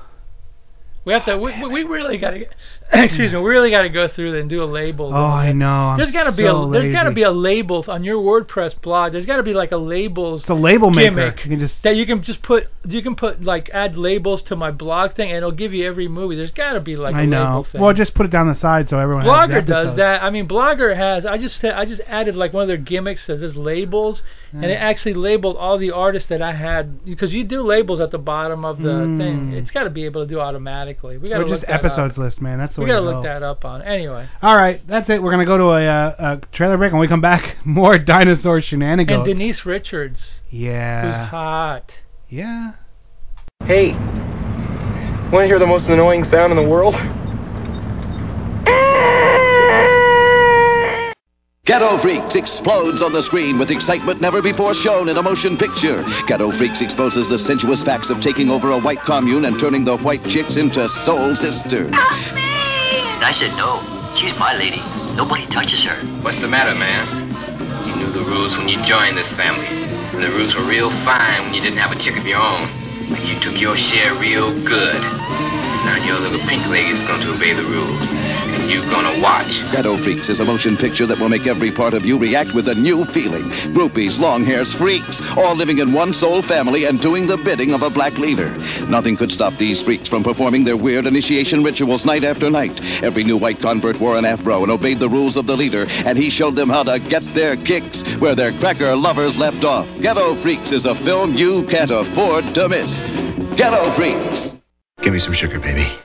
Speaker 2: we have to. we, we really got to. <coughs> Excuse me. We really got to go through and do a label.
Speaker 1: Oh, I know. I'm
Speaker 2: There's got to be
Speaker 1: so
Speaker 2: a there's got to
Speaker 1: lazy.
Speaker 2: be a label on your WordPress blog. There's got to be like a labels
Speaker 1: It's a label maker.
Speaker 2: gimmick
Speaker 1: You can just
Speaker 2: that you can just put you can put like add labels to my blog thing and it'll give you every movie. There's got to be like a
Speaker 1: I know.
Speaker 2: label thing.
Speaker 1: Well, just put it down the side so everyone. has the
Speaker 2: Blogger does
Speaker 1: episodes.
Speaker 2: that. I mean, Blogger has. I just said I just added like one of their gimmicks that says labels,
Speaker 1: Hmm.
Speaker 2: and it actually labeled all the artists that I had because you do labels at the bottom of the
Speaker 1: Mm.
Speaker 2: thing. It's got to be able to do automatically. We got
Speaker 1: We're
Speaker 2: to
Speaker 1: just
Speaker 2: look that
Speaker 1: episodes
Speaker 2: Up.
Speaker 1: list, man. That's the
Speaker 2: We
Speaker 1: way
Speaker 2: got
Speaker 1: to
Speaker 2: to
Speaker 1: go.
Speaker 2: look that up on anyway.
Speaker 1: All right, that's it. We're gonna go to a, uh, a trailer break, and when we come back, <laughs> more dinosaur shenanigans.
Speaker 2: And Denise Richards, who's
Speaker 1: Yeah.
Speaker 2: hot.
Speaker 1: Yeah.
Speaker 18: Hey, want to hear the most annoying sound in the world?
Speaker 19: Ghetto Freaks explodes on the screen with excitement never before shown in a motion picture. Ghetto Freaks exposes the sensuous facts of taking over a white commune and turning the white chicks into soul sisters.
Speaker 20: And I said, no, she's my lady. Nobody touches her.
Speaker 21: What's the matter, man? You knew the rules when you joined this family. And the rules were real fine when you didn't have a chick of your own. Like you took your share real good. Now your little pink lady's going to obey the rules, and you're going to watch.
Speaker 19: Ghetto Freaks is a motion picture that will make every part of you react with a new feeling. Groupies, long hairs, freaks, all living in one soul family and doing the bidding of a black leader. Nothing could stop these freaks from performing their weird initiation rituals night after night. Every new white convert wore an afro and obeyed the rules of the leader, and he showed them how to get their kicks where their cracker lovers left off. Ghetto Freaks is a film you can't afford to miss. Ghetto Freaks.
Speaker 22: Give me some sugar, baby.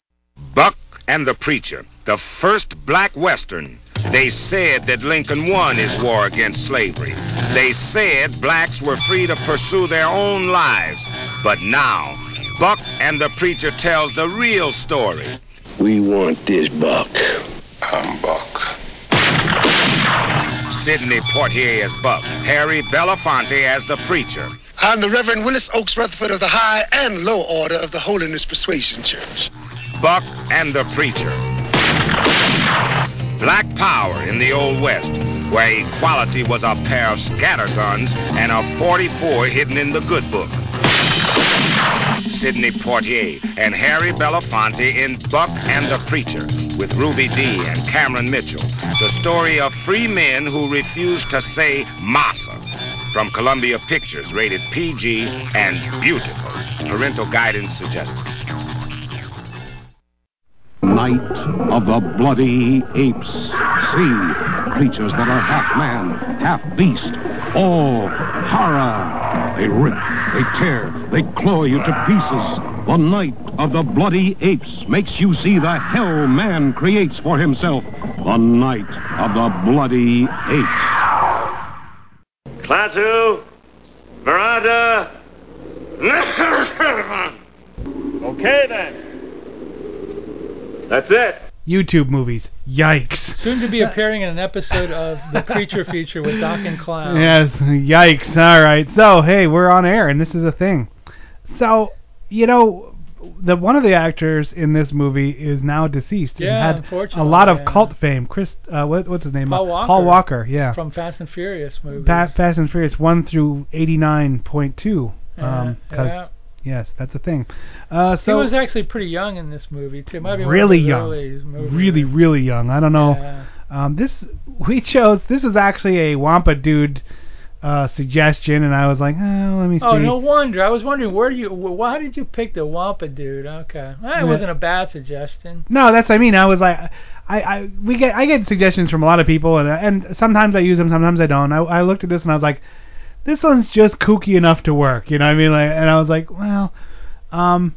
Speaker 3: Buck and the Preacher, the first black Western. They said that Lincoln won his war against slavery. They said blacks were free to pursue their own lives. But now, Buck and the Preacher tells the real story.
Speaker 23: We want this, Buck.
Speaker 24: I'm Buck.
Speaker 3: Sidney Portier as Buck, Harry Belafonte as the preacher.
Speaker 25: I'm the Reverend Willis Oaks Rutherford of the High and Low Order of the Holiness Persuasion Church.
Speaker 3: Buck and the Preacher. Black power in the Old West, where equality was a pair of scatterguns and a 44 hidden in the good book. Sidney Portier and Harry Belafonte in Buck and the Preacher with Ruby Dee and Cameron Mitchell. The story of free men who refused to say Massa. From Columbia Pictures, rated PG and beautiful. Parental guidance suggested.
Speaker 4: Night of the Bloody Apes. See, creatures that are half man, half beast. All horror. They rip, they tear, they claw you to pieces. The Night of the Bloody Apes makes you see the hell man creates for himself. The Night of the Bloody Apes.
Speaker 26: Klaatu, Veranda. okay then. That's it.
Speaker 1: YouTube movies. Yikes.
Speaker 2: Soon to be appearing in an episode of The Creature Feature with Doc and Clown.
Speaker 1: Yes, yikes. All right. So, hey, we're on air and this is a thing. So, you know, the one of the actors in this movie is now deceased
Speaker 2: yeah,
Speaker 1: and had a lot of yeah. cult fame. Chris uh, what, what's his name?
Speaker 2: Paul Walker.
Speaker 1: Paul Walker, yeah.
Speaker 2: From Fast and Furious movies.
Speaker 1: Pa- Fast and Furious 1 through 89.2. Um, yeah. Yes, that's a thing. Uh, so
Speaker 2: he was actually pretty young in this movie too. Might be
Speaker 1: really young, really
Speaker 2: there.
Speaker 1: really young. I don't know. Yeah. Um, this we chose. This was actually a Wampa dude uh, suggestion, and I was like, oh, let me see.
Speaker 2: Oh, no wonder. I was wondering where you. Why did you pick the Wampa dude? Okay, well, it yeah. wasn't a bad suggestion.
Speaker 1: No, that's what I mean. I was like. I, I we get I get suggestions from a lot of people and and sometimes I use them sometimes I don't I, I looked at this and I was like this one's just kooky enough to work. You know what I mean? Like, and I was like, well, um,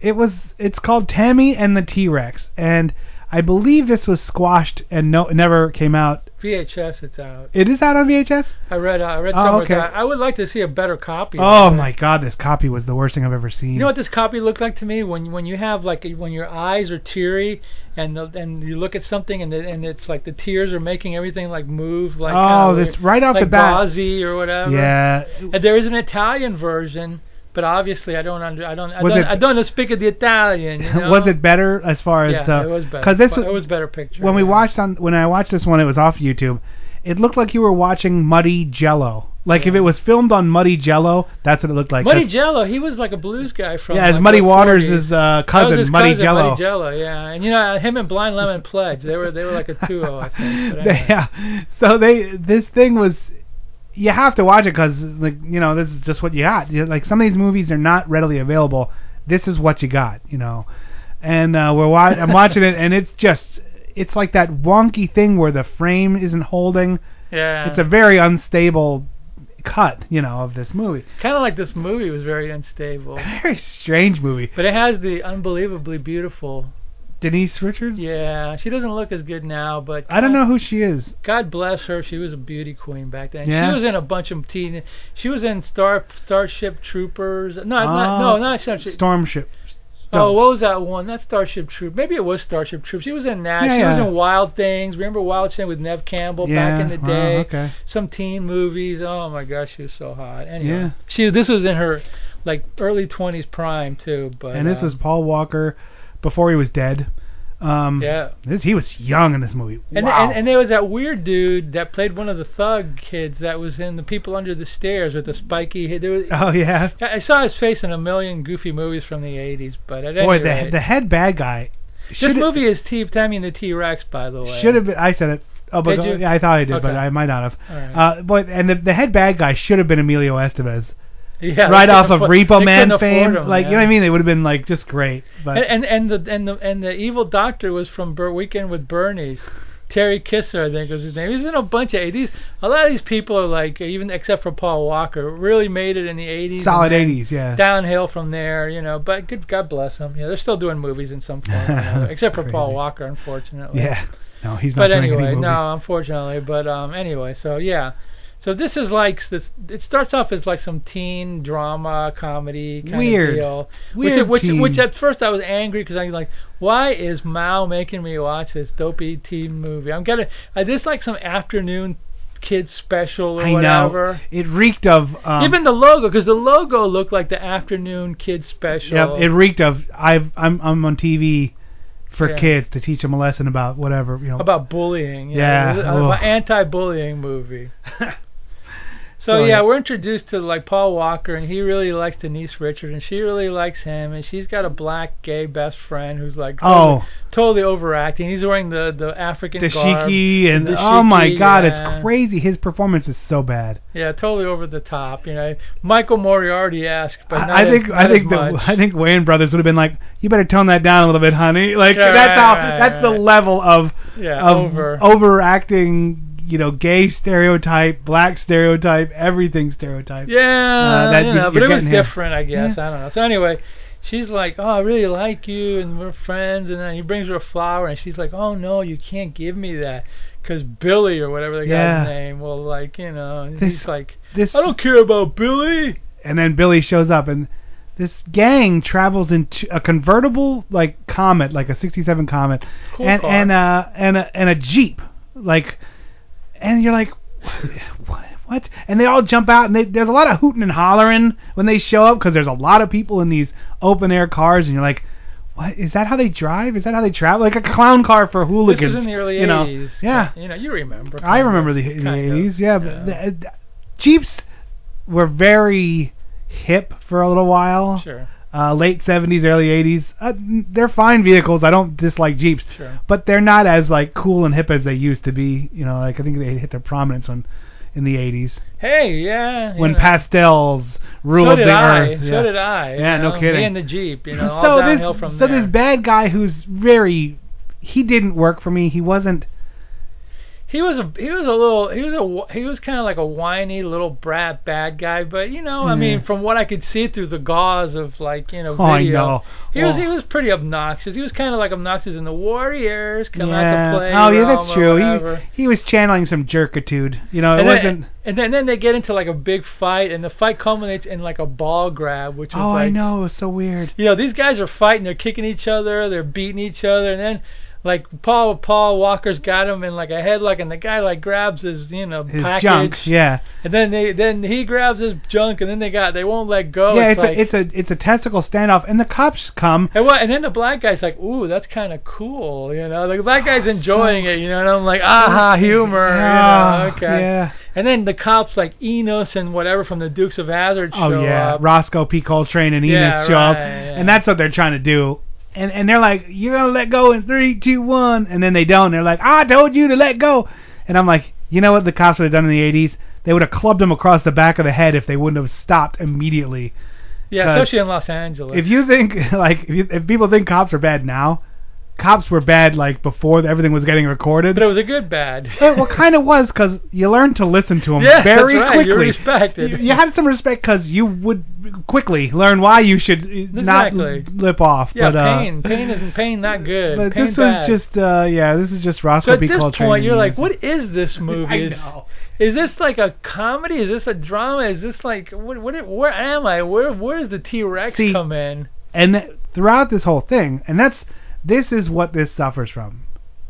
Speaker 1: it was. It's called Tammy and the T Rex, and I believe this was squashed and no, never came out.
Speaker 2: VHS, it's out.
Speaker 1: It is out on VHS.
Speaker 2: I read. Uh, I read somewhere. Oh, okay. That. I would like to see a better copy.
Speaker 1: Oh my God, this copy was the worst thing I've ever seen.
Speaker 2: You know what this copy looked like to me? When when you have like when your eyes are teary and the, and you look at something and the, and it's like the tears are making everything like move like
Speaker 1: oh this right off
Speaker 2: like
Speaker 1: the bat
Speaker 2: Bozzy or whatever.
Speaker 1: Yeah.
Speaker 2: And there is an Italian version. But obviously, I don't under, I don't, I was don't, it, I don't speak the Italian. You know?
Speaker 1: <laughs> was it better as far as
Speaker 2: yeah,
Speaker 1: the?
Speaker 2: it was better. Because
Speaker 1: this
Speaker 2: it was better picture.
Speaker 1: When
Speaker 2: yeah.
Speaker 1: we watched on, when I watched this one, it was off YouTube. It looked like you were watching muddy Jello. Like yeah. if it was filmed on muddy Jello, that's what it looked like.
Speaker 2: Muddy
Speaker 1: that's,
Speaker 2: Jello, he was like a blues guy from.
Speaker 1: Yeah,
Speaker 2: like
Speaker 1: Muddy Waters' is, uh, cousin,
Speaker 2: his
Speaker 1: Muddy
Speaker 2: cousin,
Speaker 1: Jello.
Speaker 2: Muddy Jello, yeah, and you know him and Blind Lemon Pledge, they were they were like a duo,
Speaker 1: <laughs>
Speaker 2: I think. Anyway.
Speaker 1: Yeah, so they this thing was you have to watch it because like you know this is just what you got. You, like some of these movies are not readily available. This is what you got, you know. And uh, we're wa- I'm watching it, and it's just it's like that wonky thing where the frame isn't holding.
Speaker 2: Yeah.
Speaker 1: It's a very unstable cut, you know, of this movie.
Speaker 2: Kind of like this movie was very unstable.
Speaker 1: very strange movie.
Speaker 2: But it has the unbelievably beautiful
Speaker 1: Denise Richards?
Speaker 2: Yeah, she doesn't look as good now, but
Speaker 1: I don't know who she is.
Speaker 2: God bless her. She was a beauty queen back then. Yeah. She was in a bunch of teen. She was in Star Starship Troopers. No, uh, not,
Speaker 1: Oh.
Speaker 2: no, not Starship.
Speaker 1: Stormship.
Speaker 2: Oh, what was that one? Not Starship Troop. Maybe it was Starship Troop. She was in Nash. Yeah, she yeah. was in Wild Things. Remember Wild Things with Nev Campbell
Speaker 1: yeah,
Speaker 2: back in the day?
Speaker 1: Uh, okay.
Speaker 2: Some teen movies. Oh my gosh, she was so hot. Anyway, yeah. She this was in her like early 20s prime too, but
Speaker 1: And this
Speaker 2: uh,
Speaker 1: is Paul Walker before he was dead. Um,
Speaker 2: Yeah.
Speaker 1: This, he was young in this movie.
Speaker 2: And,
Speaker 1: wow.
Speaker 2: and and there was that weird dude that played one of the thug kids that was in the People Under the Stairs with the spiky. head. There was,
Speaker 1: oh yeah.
Speaker 2: I I saw his face in a million goofy movies from the '80s, but at any
Speaker 1: Boy,
Speaker 2: rate,
Speaker 1: the the head bad guy
Speaker 2: this
Speaker 1: should
Speaker 2: movie is T Tammy and the T Rex, by the way.
Speaker 1: should have been. I said it. Oh, but
Speaker 2: Did you?
Speaker 1: yeah, I thought I did, but
Speaker 2: Okay.
Speaker 1: I might not have.
Speaker 2: All right.
Speaker 1: Uh, boy, and the, the head bad guy should have been Emilio Estevez,
Speaker 2: Yeah, they
Speaker 1: right off
Speaker 2: couldn't
Speaker 1: of
Speaker 2: afford-
Speaker 1: Repo
Speaker 2: they
Speaker 1: Man
Speaker 2: couldn't
Speaker 1: fame.
Speaker 2: afford him,
Speaker 1: like you
Speaker 2: yeah.
Speaker 1: know what I mean? They would have been like just great. But
Speaker 2: and, and and the and the and the evil doctor was from Bur- Weekend with Bernie's. Terry Kisser, I think was his name. He's in a bunch of 80s. A lot of these people are like, even except for Paul Walker, really made it in the 80s. and
Speaker 1: solid
Speaker 2: then
Speaker 1: '80s, yeah.
Speaker 2: Downhill from there, you know. But good, God bless them. Yeah, they're still doing movies in some form, or
Speaker 1: <laughs>
Speaker 2: another, except for Paul Walker, unfortunately.
Speaker 1: Yeah. No, he's not
Speaker 2: But
Speaker 1: doing any
Speaker 2: anyway,
Speaker 1: movies.
Speaker 2: no, unfortunately. But um, anyway, so yeah. So this is like this. It starts off as like some teen drama comedy kind
Speaker 1: Weird.
Speaker 2: of deal,
Speaker 1: Weird
Speaker 2: which
Speaker 1: teen.
Speaker 2: which which at first I was angry because I'm like, why is Mao making me watch this dopey teen movie? I'm gonna uh, this like some afternoon kids special or
Speaker 1: I
Speaker 2: whatever.
Speaker 1: know. It reeked of um,
Speaker 2: Even the logo, because the logo looked like the afternoon kids special.
Speaker 1: Yep, it reeked of I've I'm I'm on TV for
Speaker 2: Yeah.
Speaker 1: kids to teach them a lesson about whatever you know.
Speaker 2: about bullying. you know,
Speaker 1: Yeah, oh.
Speaker 2: it was
Speaker 1: ugh.
Speaker 2: an uh, anti-bullying
Speaker 1: <laughs>
Speaker 2: movie. so
Speaker 1: So,
Speaker 2: yeah,
Speaker 1: yeah.
Speaker 2: we're introduced to like Paul Walker, and he really likes Denise Richards, and she really likes him, and she's got a black gay best friend who's like totally,
Speaker 1: Oh.
Speaker 2: totally overacting. He's wearing the the African garb,
Speaker 1: Dashiki and
Speaker 2: the
Speaker 1: oh my
Speaker 2: dashiki,
Speaker 1: god,
Speaker 2: yeah.
Speaker 1: it's crazy. His performance is so bad.
Speaker 2: Yeah, totally over the top. You know, Michael Moriarty asked, but not
Speaker 1: I, I
Speaker 2: as-
Speaker 1: think I
Speaker 2: not
Speaker 1: think
Speaker 2: as
Speaker 1: the
Speaker 2: much.
Speaker 1: I think Wayne brothers would have been like, you better tone that down a little bit, honey. Like
Speaker 2: Yeah,
Speaker 1: that's
Speaker 2: right,
Speaker 1: how
Speaker 2: right,
Speaker 1: that's the
Speaker 2: right.
Speaker 1: level of
Speaker 2: Yeah,
Speaker 1: of
Speaker 2: over.
Speaker 1: overacting. You know, gay stereotype, black stereotype, everything stereotype.
Speaker 2: Yeah,
Speaker 1: Uh, that
Speaker 2: you
Speaker 1: you-
Speaker 2: know, but
Speaker 1: you're
Speaker 2: it was
Speaker 1: getting here.
Speaker 2: different, I guess. I don't know. So anyway, she's like, "Oh, I really like you, and we're friends." And then he brings her a flower, and she's like, "Oh no, you can't give me that, 'cause Billy or whatever the
Speaker 1: Yeah.
Speaker 2: guy's name will like, you know." And
Speaker 1: This-
Speaker 2: he's like,
Speaker 1: this-
Speaker 2: "I don't care about Billy."
Speaker 1: and then Billy shows up, and this gang travels in t- a convertible like Comet, like a '67 Comet,
Speaker 2: Cool
Speaker 1: and
Speaker 2: car.
Speaker 1: and uh and a, and a Jeep, like, and you're like, what? what? And they all jump out, and they, there's a lot of hooting and hollering when they show up because there's a lot of people in these open air cars, and you're like. What is that? How they drive? Is that how they travel? Like a clown car for
Speaker 2: This
Speaker 1: hooligans.
Speaker 2: was in the early
Speaker 1: you know?
Speaker 2: '80s.
Speaker 1: Yeah,
Speaker 2: you know, you remember.
Speaker 1: I
Speaker 2: kind
Speaker 1: remember
Speaker 2: of,
Speaker 1: the, the
Speaker 2: kind of.
Speaker 1: 80s, yeah. But the, uh, Jeeps were very hip for a little while.
Speaker 2: Sure.
Speaker 1: Uh, late 70s, early 80s. Uh, n- they're fine vehicles. I don't dislike Jeeps.
Speaker 2: Sure.
Speaker 1: But they're not as like cool and hip as they used to be. You know, like I think they hit their prominence when in the 80s
Speaker 2: Hey, yeah. you
Speaker 1: when
Speaker 2: know.
Speaker 1: pastels ruled
Speaker 2: so did
Speaker 1: the
Speaker 2: I.
Speaker 1: earth.
Speaker 2: So did I. you
Speaker 1: Yeah, no
Speaker 2: know,
Speaker 1: kidding.
Speaker 2: Me and the Jeep,
Speaker 1: <laughs>
Speaker 2: you know, all
Speaker 1: so
Speaker 2: downhill
Speaker 1: this
Speaker 2: from
Speaker 1: so
Speaker 2: there.
Speaker 1: this bad guy who's very he didn't work for me. He wasn't
Speaker 2: he was a he was a little he was a wh- he was kind of like a whiny little brat bad guy, but you know, I mean,
Speaker 1: Yeah.
Speaker 2: from what I could see through the gauze of like you know
Speaker 1: Oh,
Speaker 2: video,
Speaker 1: I know.
Speaker 2: he was
Speaker 1: Oh.
Speaker 2: he was pretty obnoxious. He was kind of like obnoxious in the Warriors, come out
Speaker 1: yeah.
Speaker 2: to play.
Speaker 1: oh yeah,
Speaker 2: Rome
Speaker 1: that's
Speaker 2: or
Speaker 1: true.
Speaker 2: whatever.
Speaker 1: He he was channeling some jerkitude. You know, it
Speaker 2: and
Speaker 1: wasn't.
Speaker 2: Then, and then, then they get into like a big fight, and the fight culminates in like a ball grab, which was
Speaker 1: oh,
Speaker 2: like
Speaker 1: I know. It was so weird.
Speaker 2: you know, these guys are fighting, they're kicking each other, they're beating each other, and then like Paul Paul Walker's got him in like a headlock, and the guy like grabs his you know
Speaker 1: His
Speaker 2: package,
Speaker 1: junk, yeah,
Speaker 2: and then they then he grabs his junk, and then they got they won't let go.
Speaker 1: yeah.
Speaker 2: Oh,
Speaker 1: It's,
Speaker 2: it's, like,
Speaker 1: a, it's a it's a testicle standoff, and the cops come.
Speaker 2: and what? And then the black guy's like, "Ooh, that's kind of cool," you know. The black
Speaker 1: Ah,
Speaker 2: guy's enjoying it, you know. And I'm like, "Aha, humor." you know,
Speaker 1: Ah,
Speaker 2: okay.
Speaker 1: yeah.
Speaker 2: And then the cops like Enos and whatever from the Dukes of Hazzard show
Speaker 1: Oh yeah,
Speaker 2: up.
Speaker 1: Roscoe P. Coltrane and Enos
Speaker 2: Yeah,
Speaker 1: show up,
Speaker 2: right,
Speaker 1: and that's what they're trying to do. And and they're like, you're gonna let go in three, two, one, and then they don't. They're like, I told you to let go, and I'm like, you know what the cops would have done in the '80s? They would have clubbed him across the back of the head if they wouldn't have stopped immediately.
Speaker 2: yeah,
Speaker 1: 'cause
Speaker 2: especially in Los Angeles.
Speaker 1: if you think <laughs> like if, you, if people think cops are bad now, cops were bad like before everything was getting recorded.
Speaker 2: but it was a good bad.
Speaker 1: It, <laughs> well, kind of was because you learned to listen to them
Speaker 2: Yeah, that's
Speaker 1: very
Speaker 2: right.
Speaker 1: quickly.
Speaker 2: You're respected.
Speaker 1: You, you had some respect because you would quickly learn why you should uh, not
Speaker 2: Exactly.
Speaker 1: lip off.
Speaker 2: Yeah,
Speaker 1: but, uh,
Speaker 2: pain. Pain is pain not
Speaker 1: <laughs>
Speaker 2: good.
Speaker 1: But
Speaker 2: pain
Speaker 1: this
Speaker 2: bad.
Speaker 1: was just uh, yeah, this is just Roscoe
Speaker 2: so at
Speaker 1: B.
Speaker 2: this
Speaker 1: Coltrane
Speaker 2: point you're
Speaker 1: and
Speaker 2: like,
Speaker 1: this-
Speaker 2: what
Speaker 1: <laughs>
Speaker 2: is this movie? Is,
Speaker 1: know.
Speaker 2: is this like a comedy? Is this a drama? Is this like what? What? Where am I? Where? Where does the T Rex
Speaker 1: See,
Speaker 2: come in?
Speaker 1: and th- throughout this whole thing, and that's this is what this suffers from,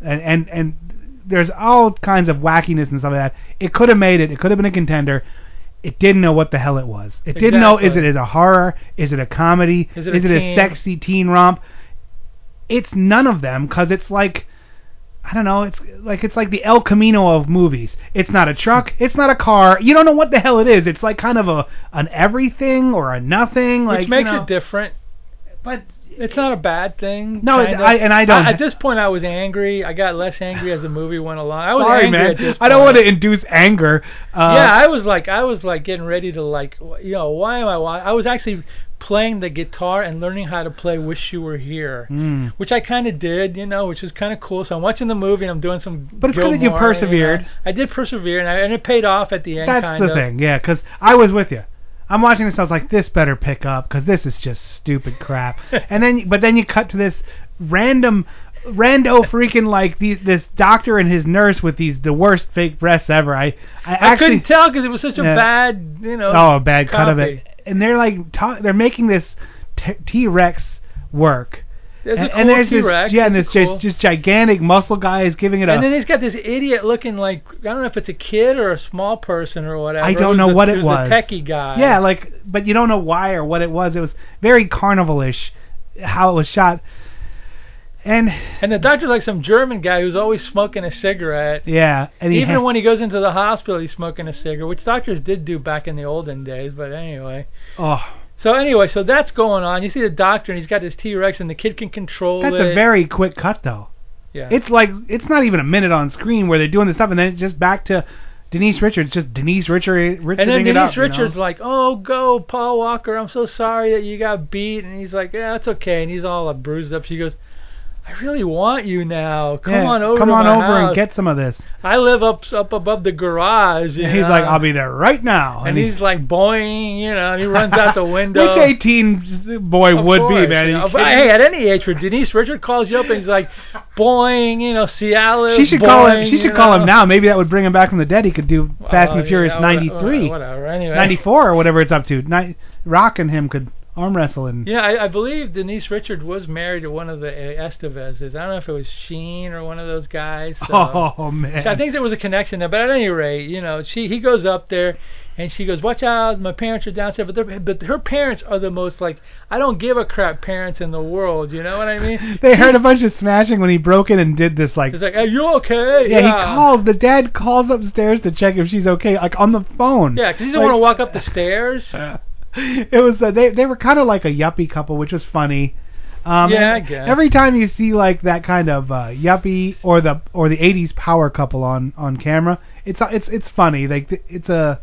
Speaker 1: and and and there's all kinds of wackiness and stuff like that. It could have made it. It could have been a contender. It didn't know what the hell it was. It didn't know is
Speaker 2: Exactly.
Speaker 1: it is a horror, is it a comedy,
Speaker 2: Is it a
Speaker 1: a
Speaker 2: teen?
Speaker 1: sexy teen romp. it's none of them because it's like I don't know. It's like it's like the El Camino of movies. It's not a truck. It's not a car. You don't know what the hell it is. It's like kind of a an everything or a nothing. Like
Speaker 2: which makes
Speaker 1: you know.
Speaker 2: it different. But it's not a bad thing.
Speaker 1: No,
Speaker 2: kind of.
Speaker 1: I- and I don't-
Speaker 2: at this point, I was angry. I got less angry as the movie went along. I was
Speaker 1: Sorry,
Speaker 2: angry
Speaker 1: man.
Speaker 2: Oh, at this
Speaker 1: I don't want
Speaker 2: point.
Speaker 1: to induce anger. Uh,
Speaker 2: yeah, I was like, I was like getting ready to like, wh- you know, why am I? Why? I was actually playing the guitar and learning how to play "Wish You Were Here,"
Speaker 1: Mm.
Speaker 2: which I kind of did, you know, which was kind of cool. So I'm watching the movie and I'm doing some.
Speaker 1: But it's
Speaker 2: Gilmore,
Speaker 1: good that you
Speaker 2: know.
Speaker 1: persevered.
Speaker 2: I did persevere, and, I, and it paid off at the end.
Speaker 1: That's
Speaker 2: kind
Speaker 1: the
Speaker 2: of.
Speaker 1: thing. Yeah, because I was with you. I'm watching this. I was like, this better pick up because this is just stupid
Speaker 2: <laughs>
Speaker 1: crap. and then, but then you cut to this random. Rando freaking like these, this doctor and his nurse with these the worst fake breasts ever. I I,
Speaker 2: I
Speaker 1: actually
Speaker 2: couldn't tell because it was such a
Speaker 1: Yeah.
Speaker 2: bad, you know.
Speaker 1: oh a bad cut of
Speaker 2: copy.
Speaker 1: it and they're like ta- they're making this T Rex work
Speaker 2: There's
Speaker 1: and,
Speaker 2: a
Speaker 1: and
Speaker 2: cool
Speaker 1: there's
Speaker 2: T-Rex,
Speaker 1: this yeah and
Speaker 2: it's
Speaker 1: this
Speaker 2: cool.
Speaker 1: just uh, just gigantic muscle guy is giving it
Speaker 2: and
Speaker 1: a
Speaker 2: then he's got this idiot looking like I don't know if it's a kid or a small person or whatever.
Speaker 1: I
Speaker 2: It
Speaker 1: don't
Speaker 2: was
Speaker 1: know
Speaker 2: the-
Speaker 1: what it
Speaker 2: was.
Speaker 1: was.
Speaker 2: The techie guy.
Speaker 1: Yeah, like, but you don't know why or what it was. It was very carnivalish how it was shot. And
Speaker 2: And the doctor's like some German guy who's always smoking a cigarette.
Speaker 1: yeah, and he
Speaker 2: Even
Speaker 1: had-
Speaker 2: when he goes into the hospital, he's smoking a cigarette, which doctors did do back in the olden days. But anyway,
Speaker 1: oh,
Speaker 2: so anyway, so that's going on. You see the doctor, and he's got his T Rex, and the kid can control
Speaker 1: that's
Speaker 2: it.
Speaker 1: a very quick cut though.
Speaker 2: yeah.
Speaker 1: It's like it's not even a minute on screen where they're doing this stuff, and then it's just back to Denise Richards, just Denise Richards.
Speaker 2: and then
Speaker 1: it
Speaker 2: Denise
Speaker 1: up, you know?
Speaker 2: Richards like, "Oh, go Paul Walker. I'm so sorry that you got beat." And he's like, "Yeah, that's okay." And he's all uh, bruised up. She goes, "I really want you now. Come
Speaker 1: Yeah,
Speaker 2: on over.
Speaker 1: come
Speaker 2: to
Speaker 1: on
Speaker 2: my
Speaker 1: over
Speaker 2: house.
Speaker 1: and get some of this.
Speaker 2: I live up up above the garage." you
Speaker 1: And he's
Speaker 2: know?
Speaker 1: like, I'll be there right now.
Speaker 2: And
Speaker 1: he-
Speaker 2: he's like boing, you know, and he runs <laughs> out the
Speaker 1: <laughs>
Speaker 2: window.
Speaker 1: Which 18 boy
Speaker 2: Of
Speaker 1: would
Speaker 2: course,
Speaker 1: be, man?
Speaker 2: you
Speaker 1: Are you
Speaker 2: know, but
Speaker 1: kidding
Speaker 2: hey,
Speaker 1: me?
Speaker 2: at <laughs> any age, where Denise Richard calls you up and he's like, boing, you know, Cialis.
Speaker 1: She should call him.
Speaker 2: boing,
Speaker 1: She
Speaker 2: you
Speaker 1: should call
Speaker 2: know.
Speaker 1: him now. Maybe that would bring him back from the dead. He could do Fast
Speaker 2: Oh,
Speaker 1: and
Speaker 2: yeah,
Speaker 1: the Furious
Speaker 2: whatever,
Speaker 1: '93, <laughs>
Speaker 2: Whatever. Anyway.
Speaker 1: '94, or whatever it's up to. Ni- Rock and him could arm wrestle <laughs> and
Speaker 2: Yeah, I, I believe Denise Richard was married to one of the uh, Estevezes. I don't know if it was Sheen or one of those guys. So.
Speaker 1: oh man.
Speaker 2: So I think there was a connection there, but at any rate, you know, she he goes up there, and she goes, "Watch out, my parents are downstairs." But they're- but her parents are the most like I don't give a crap parents in the world. You know what I
Speaker 1: <laughs>
Speaker 2: mean?
Speaker 1: they
Speaker 2: She's-
Speaker 1: heard a bunch of smashing when he broke in and did this like.
Speaker 2: It's like, "Are you okay?"
Speaker 1: yeah, he called. The dad calls upstairs to check if she's okay, like on the phone.
Speaker 2: Yeah, 'cause he doesn't
Speaker 1: Like,
Speaker 2: want to walk up the stairs.
Speaker 1: <laughs> It was uh, they they were kind of like a yuppie couple, which was funny. Um,
Speaker 2: Yeah, I
Speaker 1: and
Speaker 2: guess.
Speaker 1: Every time you see like that kind of uh, yuppie or the or the '80s power couple on on camera, it's uh, it's it's funny. Like th- it's a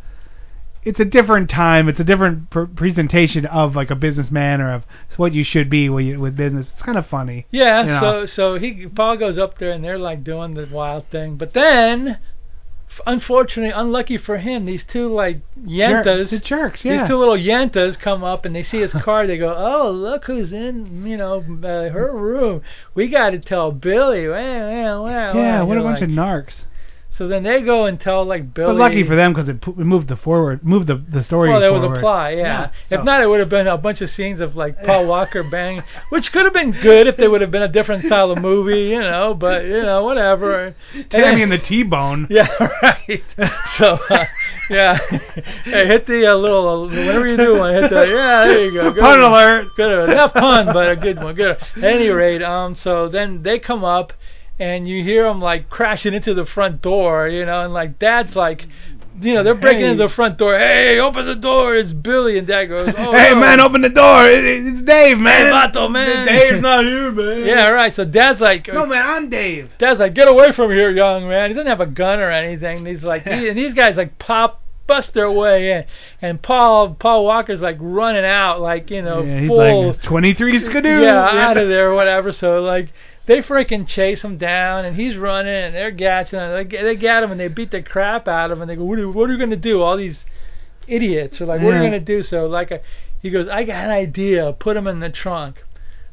Speaker 1: it's a different time. It's a different pr- presentation of like a businessman or of what you should be when you, with business. It's kind of funny.
Speaker 2: Yeah,
Speaker 1: you know?
Speaker 2: so so he Paul goes up there and they're like doing the wild thing, but then, f- unfortunately, unlucky for him, these two like
Speaker 1: Jer-
Speaker 2: yentas,
Speaker 1: the jerks. Yeah.
Speaker 2: these two little yentas come up and they see his car. They go, "Oh, look who's in you know uh, her room. We got to tell Billy." Wow, wow, wow,
Speaker 1: yeah,
Speaker 2: wow.
Speaker 1: what a
Speaker 2: You're
Speaker 1: bunch of
Speaker 2: like-
Speaker 1: narcs.
Speaker 2: So then they go and tell like Billy.
Speaker 1: But lucky for them because it, pu- it moved the forward, moved the the story.
Speaker 2: Well, there was
Speaker 1: forward.
Speaker 2: a plot, yeah.
Speaker 1: so-
Speaker 2: If not, it would have been a bunch of scenes of like Paul Walker bang, which could have been good if they would have been a different style of movie, you know. But you know, whatever. And
Speaker 1: Tammy
Speaker 2: <laughs>
Speaker 1: and
Speaker 2: then-
Speaker 1: the T-Bone.
Speaker 2: yeah, right. So, uh, yeah, <laughs> hey, hit the uh, little uh, whenever you do one, hit the yeah. There you go. Good
Speaker 1: Pun
Speaker 2: one.
Speaker 1: alert.
Speaker 2: Good one. Not pun, but a good one. Good. One. At any rate, um, so then they come up, and you hear them like crashing into the front door, you know, and like Dad's like. You know, they're breaking into the front door. Hey, open the door. It's Billy. And Dad goes, oh,
Speaker 1: hey
Speaker 2: no.
Speaker 1: man, open the door. It- it- it's Dave, man.
Speaker 2: Hey, Vato, man.
Speaker 1: Dave's not here, man.
Speaker 2: Yeah, right. So Dad's like,
Speaker 1: No man, I'm Dave.
Speaker 2: Dad's like, get away from here, young man. He doesn't have a gun or anything. And he's like, and these guys like pop, bust their way in, and Paul Paul Walker's like running out, like you know,
Speaker 1: Yeah, he's
Speaker 2: full,
Speaker 1: like it's 23 skidoo.
Speaker 2: yeah, out of there, whatever. So like. They freaking chase him down, and he's running, and they're gatching him. They, get- they got him, and they beat the crap out of him. And they go, "What are, what are you gonna do?" All these idiots are like, "What are you
Speaker 1: Yeah.
Speaker 2: gonna do?" So like, uh, he goes, "I got an idea. Put him in the trunk."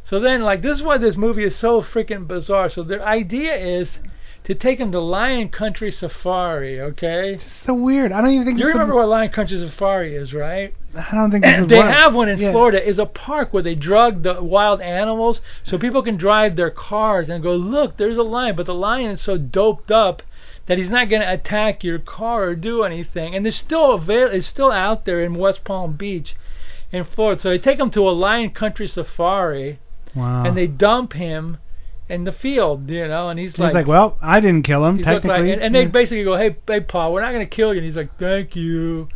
Speaker 2: So then, like, this is why this movie is so freaking bizarre. So their idea is to take him to Lion Country Safari, okay?
Speaker 1: So weird. I don't even think
Speaker 2: You
Speaker 1: this
Speaker 2: remember
Speaker 1: would,
Speaker 2: what Lion Country Safari is, right?
Speaker 1: I don't
Speaker 2: <clears throat>
Speaker 1: think this would
Speaker 2: they
Speaker 1: work.
Speaker 2: have one in
Speaker 1: Yeah.
Speaker 2: Florida. Is a park where they drug the wild animals, so people can drive their cars and go, look, there's a lion. But the lion is so doped up that he's not going to attack your car or do anything. And it's still avail- it's still out there in West Palm Beach, in Florida. So they take him to a Lion Country Safari.
Speaker 1: Wow.
Speaker 2: and they dump him in the field, you know, and he's,
Speaker 1: He's like, well, I didn't kill him
Speaker 2: He's looked
Speaker 1: technically.
Speaker 2: Like, and, and they basically go, hey, hey, Paul, we're not going to kill you. And he's like, thank you.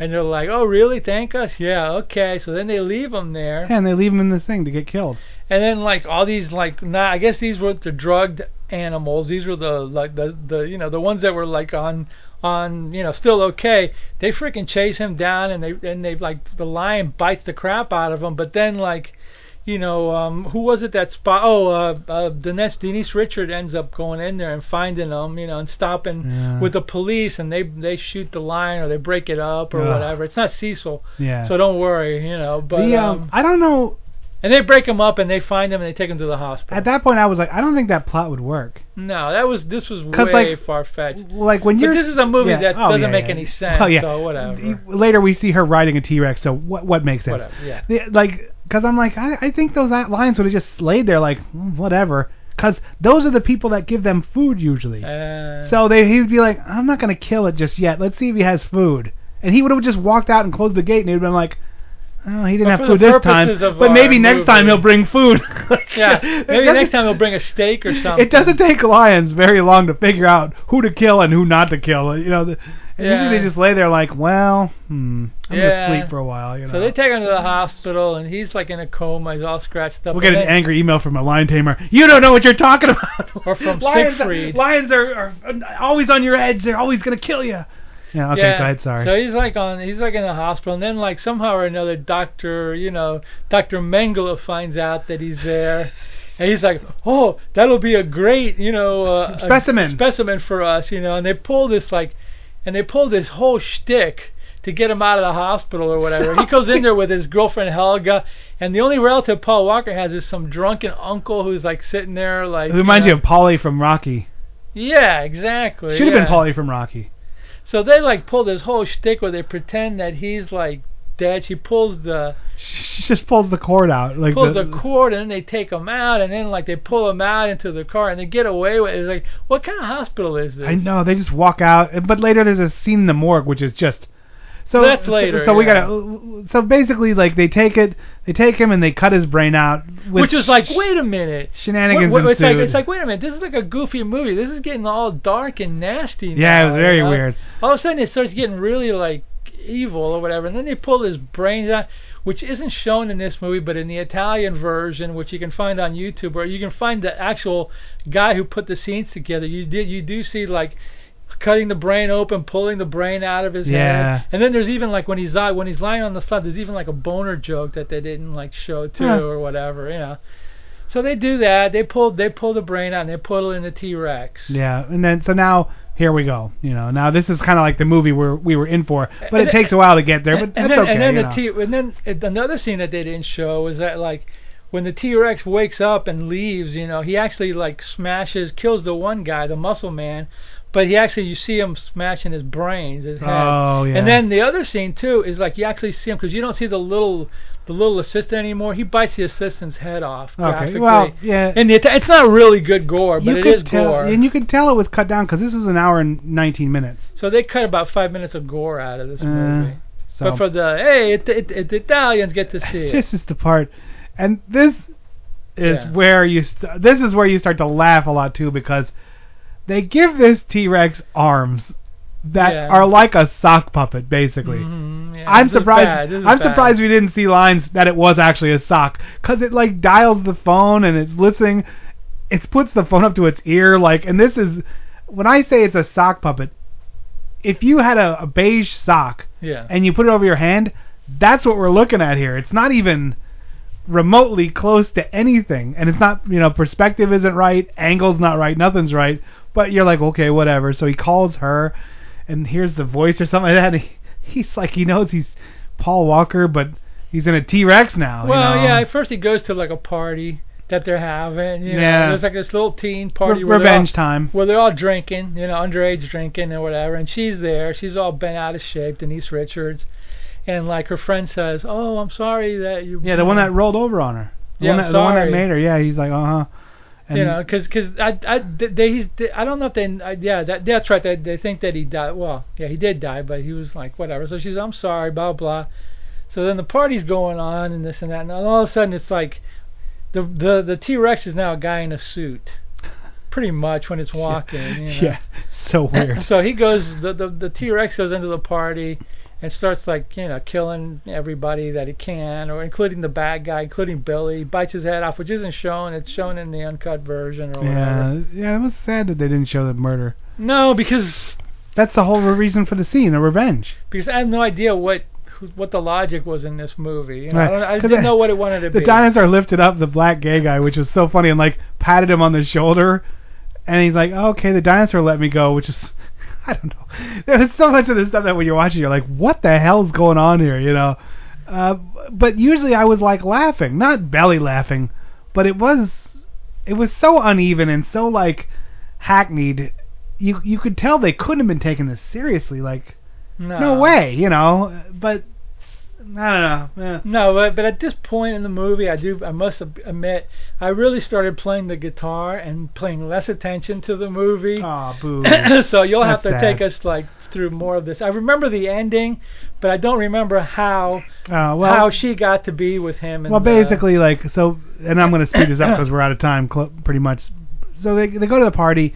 Speaker 2: And they're like, oh, really? Thank us? Yeah, okay. So then they leave
Speaker 1: <laughs>
Speaker 2: him there.
Speaker 1: Yeah, and they leave him in this thing to get killed.
Speaker 2: And then like all these like nah, I guess these were the drugged animals. These were the like the the you know the ones that were like on on you know still okay. They freaking chase him down and they and they like the lion bites the crap out of him. But then like you know um who was it that spot? Oh, uh, uh Denise Denise Richard ends up going in there and finding them you know and stopping
Speaker 1: Yeah.
Speaker 2: with the police and they they shoot the lion or they break it up or
Speaker 1: Ugh.
Speaker 2: whatever. It's not Cecil.
Speaker 1: Yeah.
Speaker 2: So don't worry, you know. But
Speaker 1: the, um, I don't know.
Speaker 2: and they break him up and they find him and they take him to the hospital.
Speaker 1: At that point, I was like, I don't think that plot would work.
Speaker 2: No, that was this was
Speaker 1: 'Cause,
Speaker 2: way
Speaker 1: like,
Speaker 2: far fetched.
Speaker 1: Like when
Speaker 2: But
Speaker 1: you're
Speaker 2: this is a movie
Speaker 1: yeah,
Speaker 2: that
Speaker 1: oh,
Speaker 2: doesn't
Speaker 1: yeah,
Speaker 2: make
Speaker 1: yeah.
Speaker 2: any sense.
Speaker 1: Oh, yeah.
Speaker 2: So whatever.
Speaker 1: Later we see her riding a T-Rex. So what what makes sense?
Speaker 2: Whatever, yeah.
Speaker 1: The- like because I'm like I, I think those lions would have just laid there like "Mm, whatever because those are the people that give them food usually.
Speaker 2: Uh,
Speaker 1: So they he'd be like, I'm not gonna kill it just yet. Let's see if he has food. And he would have just walked out and closed the gate, and he'd have been like, Oh, he didn't
Speaker 2: But
Speaker 1: have
Speaker 2: for
Speaker 1: food
Speaker 2: the
Speaker 1: this time.
Speaker 2: purposes of
Speaker 1: But
Speaker 2: our
Speaker 1: maybe next time
Speaker 2: movie-
Speaker 1: he'll bring food.
Speaker 2: <laughs>
Speaker 1: <laughs>
Speaker 2: yeah,
Speaker 1: It
Speaker 2: maybe
Speaker 1: doesn't-
Speaker 2: next time he'll bring a steak or something.
Speaker 1: <laughs> It doesn't take lions very long to figure out who to kill and who not to kill. You know, the, and usually
Speaker 2: Yeah.
Speaker 1: they just lay there like, well, hmm, I'm
Speaker 2: Yeah.
Speaker 1: gonna sleep for a while. You know.
Speaker 2: So they take him to the hospital and he's like in a coma. He's all scratched up.
Speaker 1: We'll get
Speaker 2: And
Speaker 1: an
Speaker 2: then-
Speaker 1: angry email from a lion tamer. You don't know what you're talking about.
Speaker 2: Or from
Speaker 1: <laughs> lions,
Speaker 2: Siegfried.
Speaker 1: Lions are, are always on your edge. They're always gonna kill you. Yeah. Okay.
Speaker 2: yeah.
Speaker 1: Go ahead. Sorry.
Speaker 2: So he's like on, he's like in the hospital, and then like somehow or another, Doctor, you know, Doctor Mengele finds out that he's there, and he's like, oh, that'll be a great, you know, uh, a
Speaker 1: Specimen.
Speaker 2: specimen for us, you know. And they pull this like, and they pull this whole shtick to get him out of the hospital or whatever. he goes in there with his girlfriend Helga, and the only relative Paul Walker has is some drunken uncle who's like sitting there like.
Speaker 1: It reminds
Speaker 2: know-
Speaker 1: you of Polly from Rocky.
Speaker 2: Yeah, exactly.
Speaker 1: Should have
Speaker 2: yeah.
Speaker 1: been Polly from Rocky.
Speaker 2: So they like pull this whole shtick where they pretend that he's like dead. She pulls the
Speaker 1: She just pulls the cord out. Like
Speaker 2: pulls
Speaker 1: the,
Speaker 2: the, cord and then they take him out and then like they pull him out into the car and they get away with it. It's like what kind of hospital is this?
Speaker 1: I know they just walk out, and- but later there's a scene in the morgue which is just. So
Speaker 2: That's later,
Speaker 1: So, we
Speaker 2: yeah.
Speaker 1: gotta. So basically, like they take it, they take him and they cut his brain out. With
Speaker 2: Which is like, wait a minute.
Speaker 1: shenanigans
Speaker 2: What- what- it's like
Speaker 1: ensued.
Speaker 2: it's like wait a minute. This is like a goofy movie. This is getting all dark and nasty.
Speaker 1: Yeah, it
Speaker 2: now,
Speaker 1: was very
Speaker 2: you know?
Speaker 1: weird.
Speaker 2: All of a sudden it starts getting really like evil or whatever, and then they pull his brains out, which isn't shown in this movie, but in the Italian version, which you can find on YouTube, or you can find the actual guy who put the scenes together. You did you do see like cutting the brain open, pulling the brain out of his
Speaker 1: Yeah.
Speaker 2: head, and then there's even like when he's li- when he's lying on the slab, there's even like a boner joke that they didn't like show too
Speaker 1: Huh.
Speaker 2: or whatever, you know. So they do that. They pull they pull the brain out and they put it in the T Rex.
Speaker 1: Yeah, and then so now here we go. You know, now this is kind of like the movie we we were in for, but
Speaker 2: And
Speaker 1: it
Speaker 2: then-
Speaker 1: takes a while to get there. But that's
Speaker 2: and then,
Speaker 1: okay.
Speaker 2: and then
Speaker 1: you
Speaker 2: the
Speaker 1: know.
Speaker 2: T and then it, another scene that they didn't show was that like when the T Rex wakes up and leaves, you know, he actually like smashes, kills the one guy, the muscle man, but he actually you see him smashing his brains, his head.
Speaker 1: Oh, yeah.
Speaker 2: And then the other scene too is like you actually see him because you don't see the little the little assistant anymore. He bites the assistant's head off.
Speaker 1: Okay.
Speaker 2: graphically.
Speaker 1: Well, yeah.
Speaker 2: And the, Ita- it's not really good gore, but
Speaker 1: you
Speaker 2: it
Speaker 1: could
Speaker 2: is
Speaker 1: tell,
Speaker 2: gore.
Speaker 1: and you could tell it was cut down because this was an hour and 19 minutes.
Speaker 2: So they cut about five minutes of gore out of this
Speaker 1: Uh,
Speaker 2: movie.
Speaker 1: so-
Speaker 2: But for the hey, it, it, it, the Italians get to
Speaker 1: <laughs>
Speaker 2: see it.
Speaker 1: This is the part, and this is
Speaker 2: Yeah.
Speaker 1: where you st- this is where you start to laugh a lot too because they give this T-Rex arms that
Speaker 2: Yeah. Mm-hmm.
Speaker 1: are like a sock puppet basically.
Speaker 2: Yeah,
Speaker 1: I'm
Speaker 2: this is
Speaker 1: surprised.
Speaker 2: bad, this is
Speaker 1: I'm
Speaker 2: bad.
Speaker 1: surprised we didn't see lines that it was actually a sock, cause it like dials the phone and it's listening. It puts the phone up to its ear, like, and this is when I say it's a sock puppet. If you had a, a beige sock
Speaker 2: Yeah.
Speaker 1: and you put it over your hand, that's what we're looking at here. It's not even remotely close to anything, and it's not you know perspective isn't right, angle's not right, nothing's right. But you're like, okay, whatever. So he calls her, and hears the voice or something like that. and he, he's like, he knows he's Paul Walker, but he's in a T Rex now. you
Speaker 2: well,
Speaker 1: know?
Speaker 2: yeah. At first, he goes to like a party that they're having. You
Speaker 1: Yeah.
Speaker 2: Know, there's like this little teen party.
Speaker 1: Re-
Speaker 2: where they're all-
Speaker 1: revenge time.
Speaker 2: Where they're all drinking, you know, underage drinking and whatever. And she's there. She's all bent out of shape, Denise Richards. And like her friend says, "Oh, I'm sorry that you."
Speaker 1: Yeah, the one that rolled over on her. The
Speaker 2: Yeah,
Speaker 1: one that,
Speaker 2: I'm
Speaker 1: the one that
Speaker 2: sorry.
Speaker 1: made her. Yeah, he's like, uh huh.
Speaker 2: you know, because I I they, he's I don't know if they I, yeah that that's right they they think that he died well yeah he did die but he was like whatever so she's I'm sorry blah blah so then the party's going on and this and that and all of a sudden it's like the the the T Rex is now a guy in a suit, pretty much when it's walking. you
Speaker 1: <laughs>
Speaker 2: know.
Speaker 1: Yeah, so weird.
Speaker 2: <laughs> so he goes the the the T Rex goes into the party and starts like you know killing everybody that he can, or including the bad guy, including Billy. Bites his head off, which isn't shown. It's shown in the uncut version or whatever.
Speaker 1: yeah, yeah. It was sad that they didn't show the murder.
Speaker 2: No, because
Speaker 1: That's the whole reason for the scene, the revenge.
Speaker 2: because I have no idea what who- what the logic was in this movie. You know,
Speaker 1: Right.
Speaker 2: I, don't, I
Speaker 1: 'Cause
Speaker 2: didn't
Speaker 1: I-
Speaker 2: know what it wanted to
Speaker 1: The
Speaker 2: be.
Speaker 1: dinosaur lifted up the black gay guy, which was so funny, and like patted him on the shoulder, and he's like, "Okay, the dinosaur let me go," which is, <laughs> I don't know. There's so much of this stuff that when you're watching, you're like, "What the hell's going on here?" You know. Uh, but usually I was like laughing, not belly laughing, but it was, it was so uneven and so like hackneyed. You you could tell they couldn't have been taking this seriously. Like,
Speaker 2: no.
Speaker 1: no, way, you know. But I don't know. eh.
Speaker 2: No, but but at this point in the movie, I do I must ab- admit I really started playing the guitar and paying less attention to the movie.
Speaker 1: Ah,
Speaker 2: <coughs>
Speaker 1: boo.
Speaker 2: <clears throat> so you'll have to
Speaker 1: That's
Speaker 2: take
Speaker 1: sad.
Speaker 2: us like through more of this. I remember the ending, but I don't remember how
Speaker 1: Uh, well,
Speaker 2: how she got to be with him. And
Speaker 1: well,
Speaker 2: the-
Speaker 1: basically, like so, and I'm going to speed this up because we're out of time, cl- pretty much. So they they go to the party.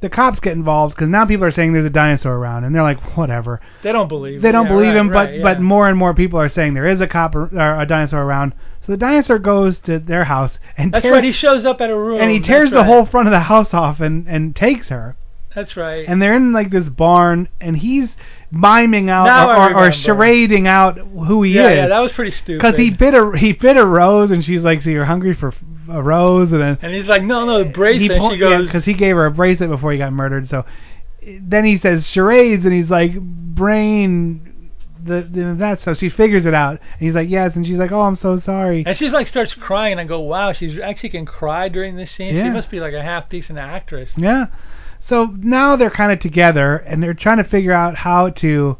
Speaker 1: The cops get involved because now people are saying there's a dinosaur around, and they're like, whatever.
Speaker 2: they don't believe
Speaker 1: They
Speaker 2: him.
Speaker 1: don't
Speaker 2: Yeah,
Speaker 1: believe
Speaker 2: right,
Speaker 1: him, but
Speaker 2: right,
Speaker 1: but
Speaker 2: yeah.
Speaker 1: more and more people are saying there is a cop or, or a dinosaur around. So the dinosaur goes to their house and
Speaker 2: that's
Speaker 1: tear-
Speaker 2: right. He shows up at a room
Speaker 1: and he
Speaker 2: that's
Speaker 1: tears the
Speaker 2: right.
Speaker 1: whole front of the house off and and takes her.
Speaker 2: That's right.
Speaker 1: and they're in like this barn, and he's miming out
Speaker 2: Now I
Speaker 1: or, or, or
Speaker 2: remember.
Speaker 1: charading out who he
Speaker 2: yeah,
Speaker 1: is.
Speaker 2: yeah, that was pretty stupid.
Speaker 1: because he bit a he bit a rose, and she's like, "So you're hungry for f- a rose?" And then
Speaker 2: and he's like, no, no, the
Speaker 1: he
Speaker 2: bracelet. and she goes,
Speaker 1: because he gave her a bracelet before he got murdered. So then he says charades, and he's like, "Brain." The, the, that so she figures it out and he's like yes and she's like oh I'm so sorry
Speaker 2: And she's like starts crying. I go, wow, she's actually can cry during this scene. She
Speaker 1: Yeah.
Speaker 2: must be like a half decent actress.
Speaker 1: Yeah. So now they're kind of together, and they're trying to figure out how to.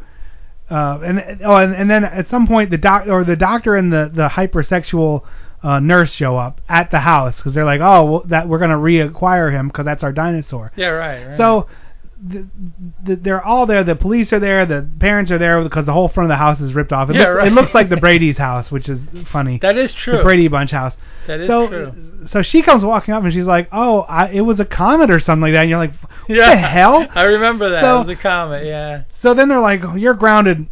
Speaker 1: Uh, and oh, and, and then at some point the doc or the doctor and the the hypersexual uh, nurse show up at the house because they're like, oh, well, that we're gonna reacquire him because that's our dinosaur.
Speaker 2: Yeah, right. right.
Speaker 1: So the, the, they're all there. The police are there. The parents are there because the whole front of the house is ripped off. It,
Speaker 2: Yeah,
Speaker 1: looks,
Speaker 2: right.
Speaker 1: it looks like
Speaker 2: <laughs>
Speaker 1: the Brady's house, which is funny.
Speaker 2: that is true.
Speaker 1: The Brady Bunch house
Speaker 2: that is
Speaker 1: so,
Speaker 2: true.
Speaker 1: so she comes walking up and she's like, "Oh, I, it was a comet or something like that." And you're like, "What
Speaker 2: Yeah.
Speaker 1: the hell?"
Speaker 2: <laughs> I remember that.
Speaker 1: So-
Speaker 2: it was a comment. Yeah.
Speaker 1: So then they're like, "You're grounded."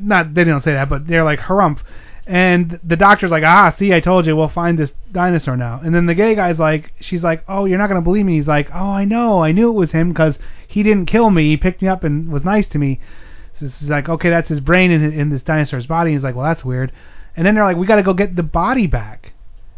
Speaker 1: Not they don't say that, but they're like, "Harumph." And the doctor's like, "Ah, see, I told you. We'll find this dinosaur now." And then the gay guy's like, "She's like, oh, you're not gonna believe me." He's like, "Oh, I know. I knew it was him because he didn't kill me. He picked me up and was nice to me." So she's like, "Okay, that's his brain in, in this dinosaur's body." he's like, "Well, that's weird." And then they're like, "We got to go get the body back."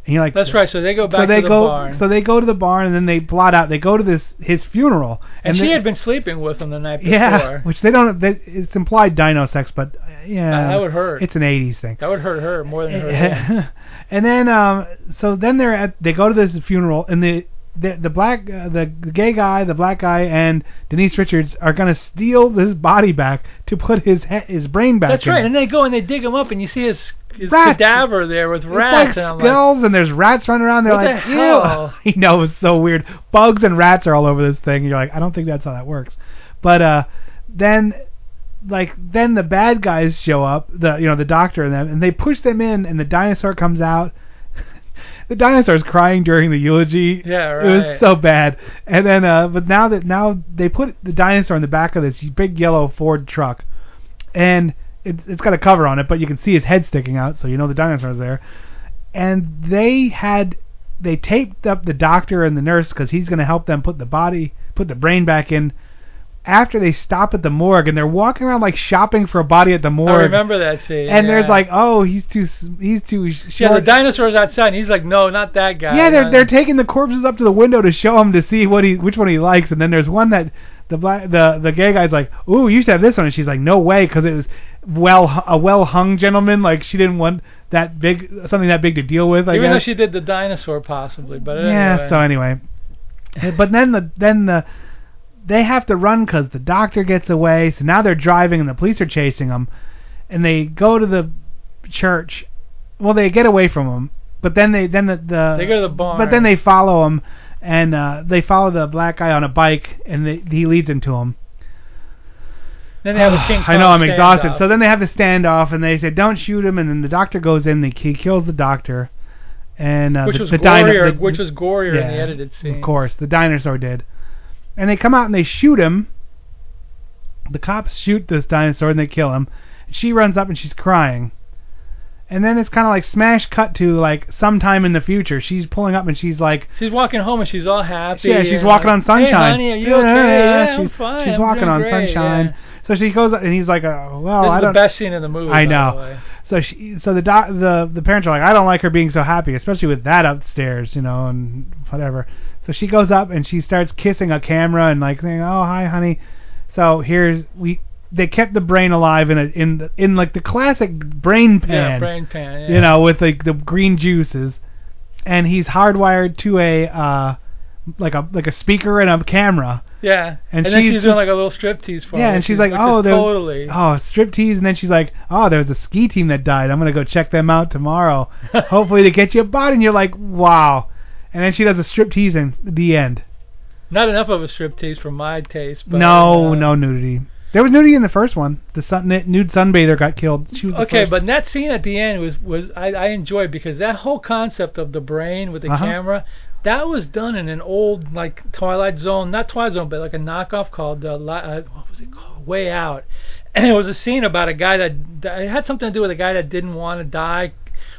Speaker 1: And you're like,
Speaker 2: That's right. So they go back
Speaker 1: so they
Speaker 2: to the
Speaker 1: go
Speaker 2: barn.
Speaker 1: so they go to the barn and then they blot out they go to this his funeral
Speaker 2: and, she
Speaker 1: they-
Speaker 2: had been sleeping with him the night before.
Speaker 1: yeah <laughs> which they don't they, it's implied dino sex but uh, yeah
Speaker 2: Uh, that would hurt.
Speaker 1: it's an 80s thing
Speaker 2: That would hurt her more
Speaker 1: <laughs>
Speaker 2: than her. him.
Speaker 1: and then um so then they're at they go to this funeral and the the, the black uh, the, the gay guy the black guy and Denise Richards are gonna steal this body back to put his he- his brain back
Speaker 2: That's
Speaker 1: in
Speaker 2: right.
Speaker 1: it.
Speaker 2: And they go and they dig him up, and you see his, his
Speaker 1: Rats.
Speaker 2: cadaver there with rats.
Speaker 1: It's
Speaker 2: and
Speaker 1: like
Speaker 2: I'm like,
Speaker 1: skulls and there's rats running around. They're
Speaker 2: What the
Speaker 1: like,
Speaker 2: hell?
Speaker 1: ew. <laughs> You know, it's so weird. Bugs and rats are all over this thing. And you're like, I don't think that's how that works. But uh, then, like, then the bad guys show up. The you know the doctor and them, and they push them in, and the dinosaur comes out. <laughs> the dinosaur's crying during the eulogy.
Speaker 2: Yeah,
Speaker 1: It
Speaker 2: right.
Speaker 1: was so bad. And then, uh, but now that now they put the dinosaur in the back of this big yellow Ford truck, and it, it's got a cover on it, but you can see his head sticking out, so you know the dinosaur's there. And they had they taped up the doctor and the nurse because he's going to help them put the body, put the brain back in. After they stop at the morgue and they're walking around like shopping for a body at the morgue.
Speaker 2: I remember that scene.
Speaker 1: And
Speaker 2: yeah.
Speaker 1: there's like, oh, he's too, s- he's too short.
Speaker 2: yeah, the dinosaur's outside, and he's like, no, not that guy.
Speaker 1: Yeah,
Speaker 2: No,
Speaker 1: they're
Speaker 2: no.
Speaker 1: they're taking the corpses up to the window to show him to see what he which one he likes, and then there's one that the black the the gay guy's like, "Ooh, you should have this one," and she's like, "No way," because it was well a well hung gentleman. Like she didn't want that big something that big to deal with. I
Speaker 2: Even though
Speaker 1: guess.
Speaker 2: she did the dinosaur possibly, but
Speaker 1: yeah.
Speaker 2: anyway.
Speaker 1: So anyway, but then the then the they have to run because the doctor gets away. So now they're driving and the police are chasing them, and they go to the church. Well, they get away from them, but then they then the, the
Speaker 2: They go to the barn.
Speaker 1: But then they follow him, and uh, they follow the black guy on a bike, and they, he leads them to him.
Speaker 2: Then they have
Speaker 1: <sighs>
Speaker 2: a King
Speaker 1: I know
Speaker 2: Kong
Speaker 1: I'm exhausted.
Speaker 2: standoff.
Speaker 1: So then they have the standoff, and they say, "Don't shoot him." And then the doctor goes in, and he kills the doctor. and uh,
Speaker 2: Which
Speaker 1: the,
Speaker 2: was
Speaker 1: the dino-
Speaker 2: gorier-
Speaker 1: the-
Speaker 2: which was gorier in the edited
Speaker 1: Of
Speaker 2: scenes.
Speaker 1: course, the dinosaur did. And they come out and they shoot him. The cops shoot this dinosaur and they kill him. She runs up and she's crying. And then it's kind of like smash cut to like sometime in the future. She's pulling up and she's like,
Speaker 2: She's walking home and she's all happy.
Speaker 1: yeah, she's
Speaker 2: and
Speaker 1: walking on
Speaker 2: like,
Speaker 1: sunshine.
Speaker 2: uh, Hey, honey, are you
Speaker 1: Yeah,
Speaker 2: okay?
Speaker 1: yeah,
Speaker 2: Yeah,
Speaker 1: <laughs>
Speaker 2: I'm
Speaker 1: she's,
Speaker 2: fine.
Speaker 1: she's
Speaker 2: I'm
Speaker 1: walking
Speaker 2: doing
Speaker 1: on
Speaker 2: great,
Speaker 1: sunshine.
Speaker 2: yeah.
Speaker 1: So she goes up and he's like, oh, well,
Speaker 2: this
Speaker 1: I
Speaker 2: is the
Speaker 1: don't.
Speaker 2: best scene in the movie.
Speaker 1: I
Speaker 2: by
Speaker 1: know.
Speaker 2: the way.
Speaker 1: So she, so the doc, the the parents are like, I don't like her being so happy, especially with that upstairs, you know, and whatever. So she goes up and she starts kissing a camera and like saying, "Oh, hi, honey." So here's we they kept the brain alive in a in the, in like the classic brain pan,
Speaker 2: Yeah, brain pan. Yeah.
Speaker 1: you know, with like the green juices, and he's hardwired to a uh like a like a speaker and a camera.
Speaker 2: Yeah.
Speaker 1: And
Speaker 2: And, then
Speaker 1: she's
Speaker 2: she's doing
Speaker 1: just-
Speaker 2: like a little striptease for
Speaker 1: Yeah,
Speaker 2: him,
Speaker 1: and
Speaker 2: which
Speaker 1: she's
Speaker 2: is-
Speaker 1: like,
Speaker 2: which
Speaker 1: oh,
Speaker 2: is
Speaker 1: there, <laughs>
Speaker 2: totally.
Speaker 1: oh, striptease, and then she's like, oh, there was a ski team that died. I'm gonna go check them out tomorrow, hopefully to get you a body. And you're like, wow. And then she does a striptease and the end.
Speaker 2: <laughs> Not enough of a striptease for my taste. But,
Speaker 1: no,
Speaker 2: uh,
Speaker 1: no nudity. There was nudity in the first one. The sun, nude sunbather got killed. She was the
Speaker 2: Okay,
Speaker 1: first.
Speaker 2: but that scene at the end was was I, I enjoyed because that whole concept of the brain with the
Speaker 1: Uh-huh.
Speaker 2: camera that was done in an old like Twilight Zone, not Twilight Zone, but like a knockoff called uh, Li- uh, what was it called? Way Out, <clears throat> and it was a scene about a guy that that- it had something to do with a guy that didn't want to die.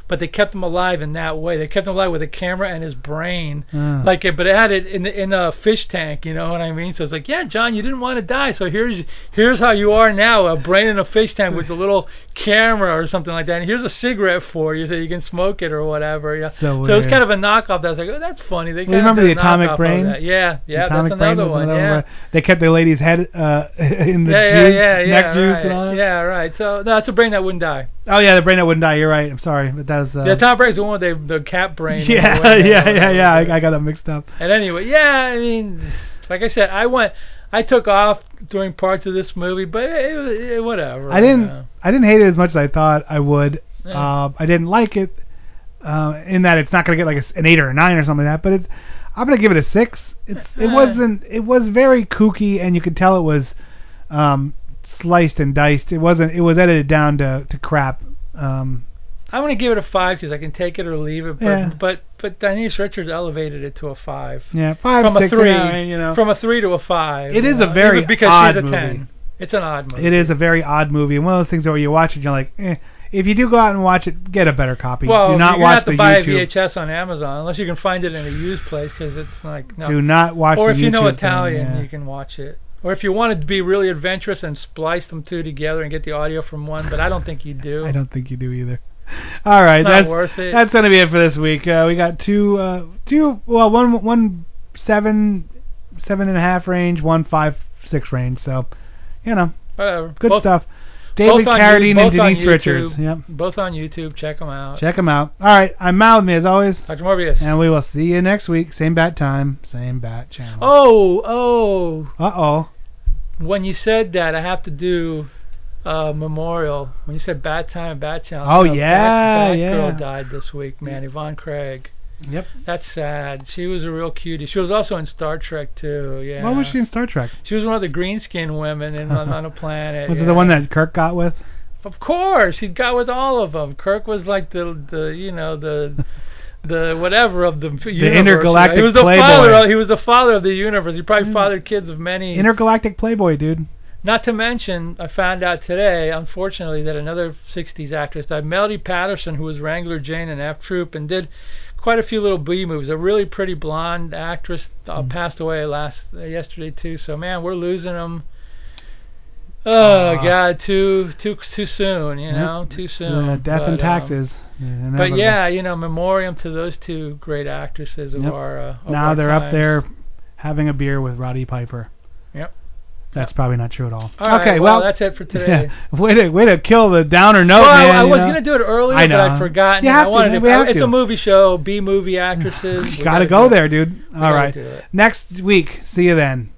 Speaker 2: But they kept him alive in that way. They kept him alive with a camera and his brain,
Speaker 1: Ah.
Speaker 2: like it. But it had it in in a fish tank. You know what I mean? So it's like, yeah, John, you didn't want to die. So here's here's how you are now, a brain in a fish tank with
Speaker 1: <laughs>
Speaker 2: a little camera or something like that. And here's a cigarette for you, so you can smoke it or whatever. You know?
Speaker 1: So
Speaker 2: so it was
Speaker 1: weird.
Speaker 2: kind of a knockoff. That was like, oh, that's funny. They
Speaker 1: Well,
Speaker 2: kinda
Speaker 1: remember
Speaker 2: did
Speaker 1: the
Speaker 2: a
Speaker 1: atomic
Speaker 2: knockoff of
Speaker 1: brain?
Speaker 2: that. Yeah,
Speaker 1: The
Speaker 2: yeah,
Speaker 1: atomic
Speaker 2: that's
Speaker 1: brain
Speaker 2: another
Speaker 1: was
Speaker 2: one.
Speaker 1: another
Speaker 2: yeah.
Speaker 1: one. They kept the lady's head uh, <laughs> in the
Speaker 2: yeah,
Speaker 1: juice,
Speaker 2: yeah, yeah, yeah,
Speaker 1: neck juice
Speaker 2: right.
Speaker 1: and all that.
Speaker 2: Yeah, right. So no, it's a brain that wouldn't die.
Speaker 1: Oh yeah, the brain that wouldn't die. You're right. I'm sorry, but that was. Uh,
Speaker 2: the atomic brain's the one with the, the
Speaker 1: <laughs>
Speaker 2: cat brain. and the
Speaker 1: yeah,
Speaker 2: wing and
Speaker 1: yeah,
Speaker 2: all
Speaker 1: yeah,
Speaker 2: that.
Speaker 1: yeah. I, I got that mixed up.
Speaker 2: And anyway, yeah, I mean, like I said, I went, I took off during parts of this movie, but it, it, it- whatever.
Speaker 1: I didn't.
Speaker 2: you know.
Speaker 1: I didn't hate it as much as I thought I would.
Speaker 2: Yeah.
Speaker 1: Um, I didn't like it uh, in that it's not going to get like a s an eight or a nine or something like that. But it's. I'm going to give it a six. It's. It
Speaker 2: Uh.
Speaker 1: wasn't. It was very kooky, and you could tell it was um, sliced and diced. It wasn't. It was edited down to to crap. Um,
Speaker 2: I'm gonna give it a five because I can take it or leave it. But
Speaker 1: Yeah.
Speaker 2: but but Denise Richards elevated it to a five.
Speaker 1: yeah, five,
Speaker 2: from
Speaker 1: six,
Speaker 2: a three,
Speaker 1: yeah, you know.
Speaker 2: from a three to a five.
Speaker 1: It
Speaker 2: you
Speaker 1: is a
Speaker 2: know,
Speaker 1: very
Speaker 2: even because
Speaker 1: odd
Speaker 2: she's a
Speaker 1: movie.
Speaker 2: ten. It's an odd movie.
Speaker 1: It is a very odd movie, and one of those things where you watch it, and you're like, eh. If you do go out and watch it, get a better copy.
Speaker 2: Well,
Speaker 1: do not
Speaker 2: you're gonna
Speaker 1: watch
Speaker 2: have to
Speaker 1: the
Speaker 2: buy
Speaker 1: YouTube.
Speaker 2: a VHS on Amazon unless you can find it in a used place because it's like no.
Speaker 1: Do not watch
Speaker 2: Or
Speaker 1: the
Speaker 2: if you know
Speaker 1: YouTube thing,
Speaker 2: Italian,
Speaker 1: yeah.
Speaker 2: you can watch it. Or if you want to be really adventurous and splice them two together and get the audio from one, but I don't think you do.
Speaker 1: I don't think you do either. <laughs> All right,
Speaker 2: not
Speaker 1: that's
Speaker 2: worth it.
Speaker 1: that's gonna be it for this week. Uh, we got two, uh, two, well, one, one seven, seven and a half range, one five six range. So, you know,
Speaker 2: Whatever.
Speaker 1: good
Speaker 2: Both-
Speaker 1: stuff.
Speaker 2: both
Speaker 1: David
Speaker 2: on
Speaker 1: Carradine
Speaker 2: you-
Speaker 1: and
Speaker 2: both on
Speaker 1: Denise
Speaker 2: YouTube.
Speaker 1: Richards. Yep.
Speaker 2: Both on YouTube. Check them out.
Speaker 1: Check them out. All right, I'm Mal with me as always,
Speaker 2: Dr. Morbius.
Speaker 1: and we will see you next week. Same bat time, same bat channel.
Speaker 2: Oh, oh.
Speaker 1: Uh oh.
Speaker 2: When you said that, I have to do uh, memorial. When you said Bat Time, Bat Challenge.
Speaker 1: Oh,
Speaker 2: so
Speaker 1: yeah,
Speaker 2: Bat, Bat
Speaker 1: yeah.
Speaker 2: Girl died this week, man. Yvonne Craig.
Speaker 1: Yep.
Speaker 2: That's sad. She was a real cutie. She was also in Star Trek too. Yeah.
Speaker 1: Why was she in Star Trek?
Speaker 2: She was one of the green skinned women
Speaker 1: <laughs>
Speaker 2: in, on, on a planet.
Speaker 1: Was
Speaker 2: yeah.
Speaker 1: it the one that Kirk got with?
Speaker 2: Of course, he got with all of them. Kirk was like the the you
Speaker 1: <laughs>
Speaker 2: know the the whatever of the, universe,
Speaker 1: intergalactic
Speaker 2: He was the
Speaker 1: playboy. Mm.
Speaker 2: father. Of, he was the father of the universe. He probably fathered kids of many.
Speaker 1: Intergalactic Playboy, dude.
Speaker 2: Not to mention, I found out today, unfortunately, that another 60s actress died, Melody Patterson, who was Wrangler Jane in F Troop and did quite a few little B movies. A really pretty blonde actress uh,
Speaker 1: Mm-hmm.
Speaker 2: passed away last uh, yesterday too. So man, we're losing them. Oh
Speaker 1: Ah.
Speaker 2: God, too too too soon, you
Speaker 1: Yep.
Speaker 2: know, too soon.
Speaker 1: Yeah, death
Speaker 2: But,
Speaker 1: and
Speaker 2: um,
Speaker 1: taxes.
Speaker 2: but
Speaker 1: Inevitable.
Speaker 2: yeah, you know, memoriam to those two great actresses of
Speaker 1: Yep.
Speaker 2: our. Uh, of
Speaker 1: now
Speaker 2: our
Speaker 1: they're up
Speaker 2: times.
Speaker 1: there having a beer with Roddy Piper.
Speaker 2: Yep.
Speaker 1: That's probably not true at all.
Speaker 2: All right,
Speaker 1: okay,
Speaker 2: well, that's it for today.
Speaker 1: <laughs> Yeah. Way to way to kill the downer note,
Speaker 2: well, I-
Speaker 1: Oh, man.
Speaker 2: I,
Speaker 1: you
Speaker 2: was
Speaker 1: know?
Speaker 2: gonna do it earlier,
Speaker 1: I
Speaker 2: but
Speaker 1: know.
Speaker 2: I've forgotten.
Speaker 1: You
Speaker 2: and
Speaker 1: have
Speaker 2: I
Speaker 1: to,
Speaker 2: wanted
Speaker 1: man,
Speaker 2: to.
Speaker 1: we have
Speaker 2: it's
Speaker 1: to.
Speaker 2: a movie show, B movie actresses. we
Speaker 1: <sighs> <laughs> Gotta
Speaker 2: do
Speaker 1: go
Speaker 2: it.
Speaker 1: there, dude.
Speaker 2: We
Speaker 1: All
Speaker 2: gotta
Speaker 1: right.
Speaker 2: do it.
Speaker 1: Next week. See you then.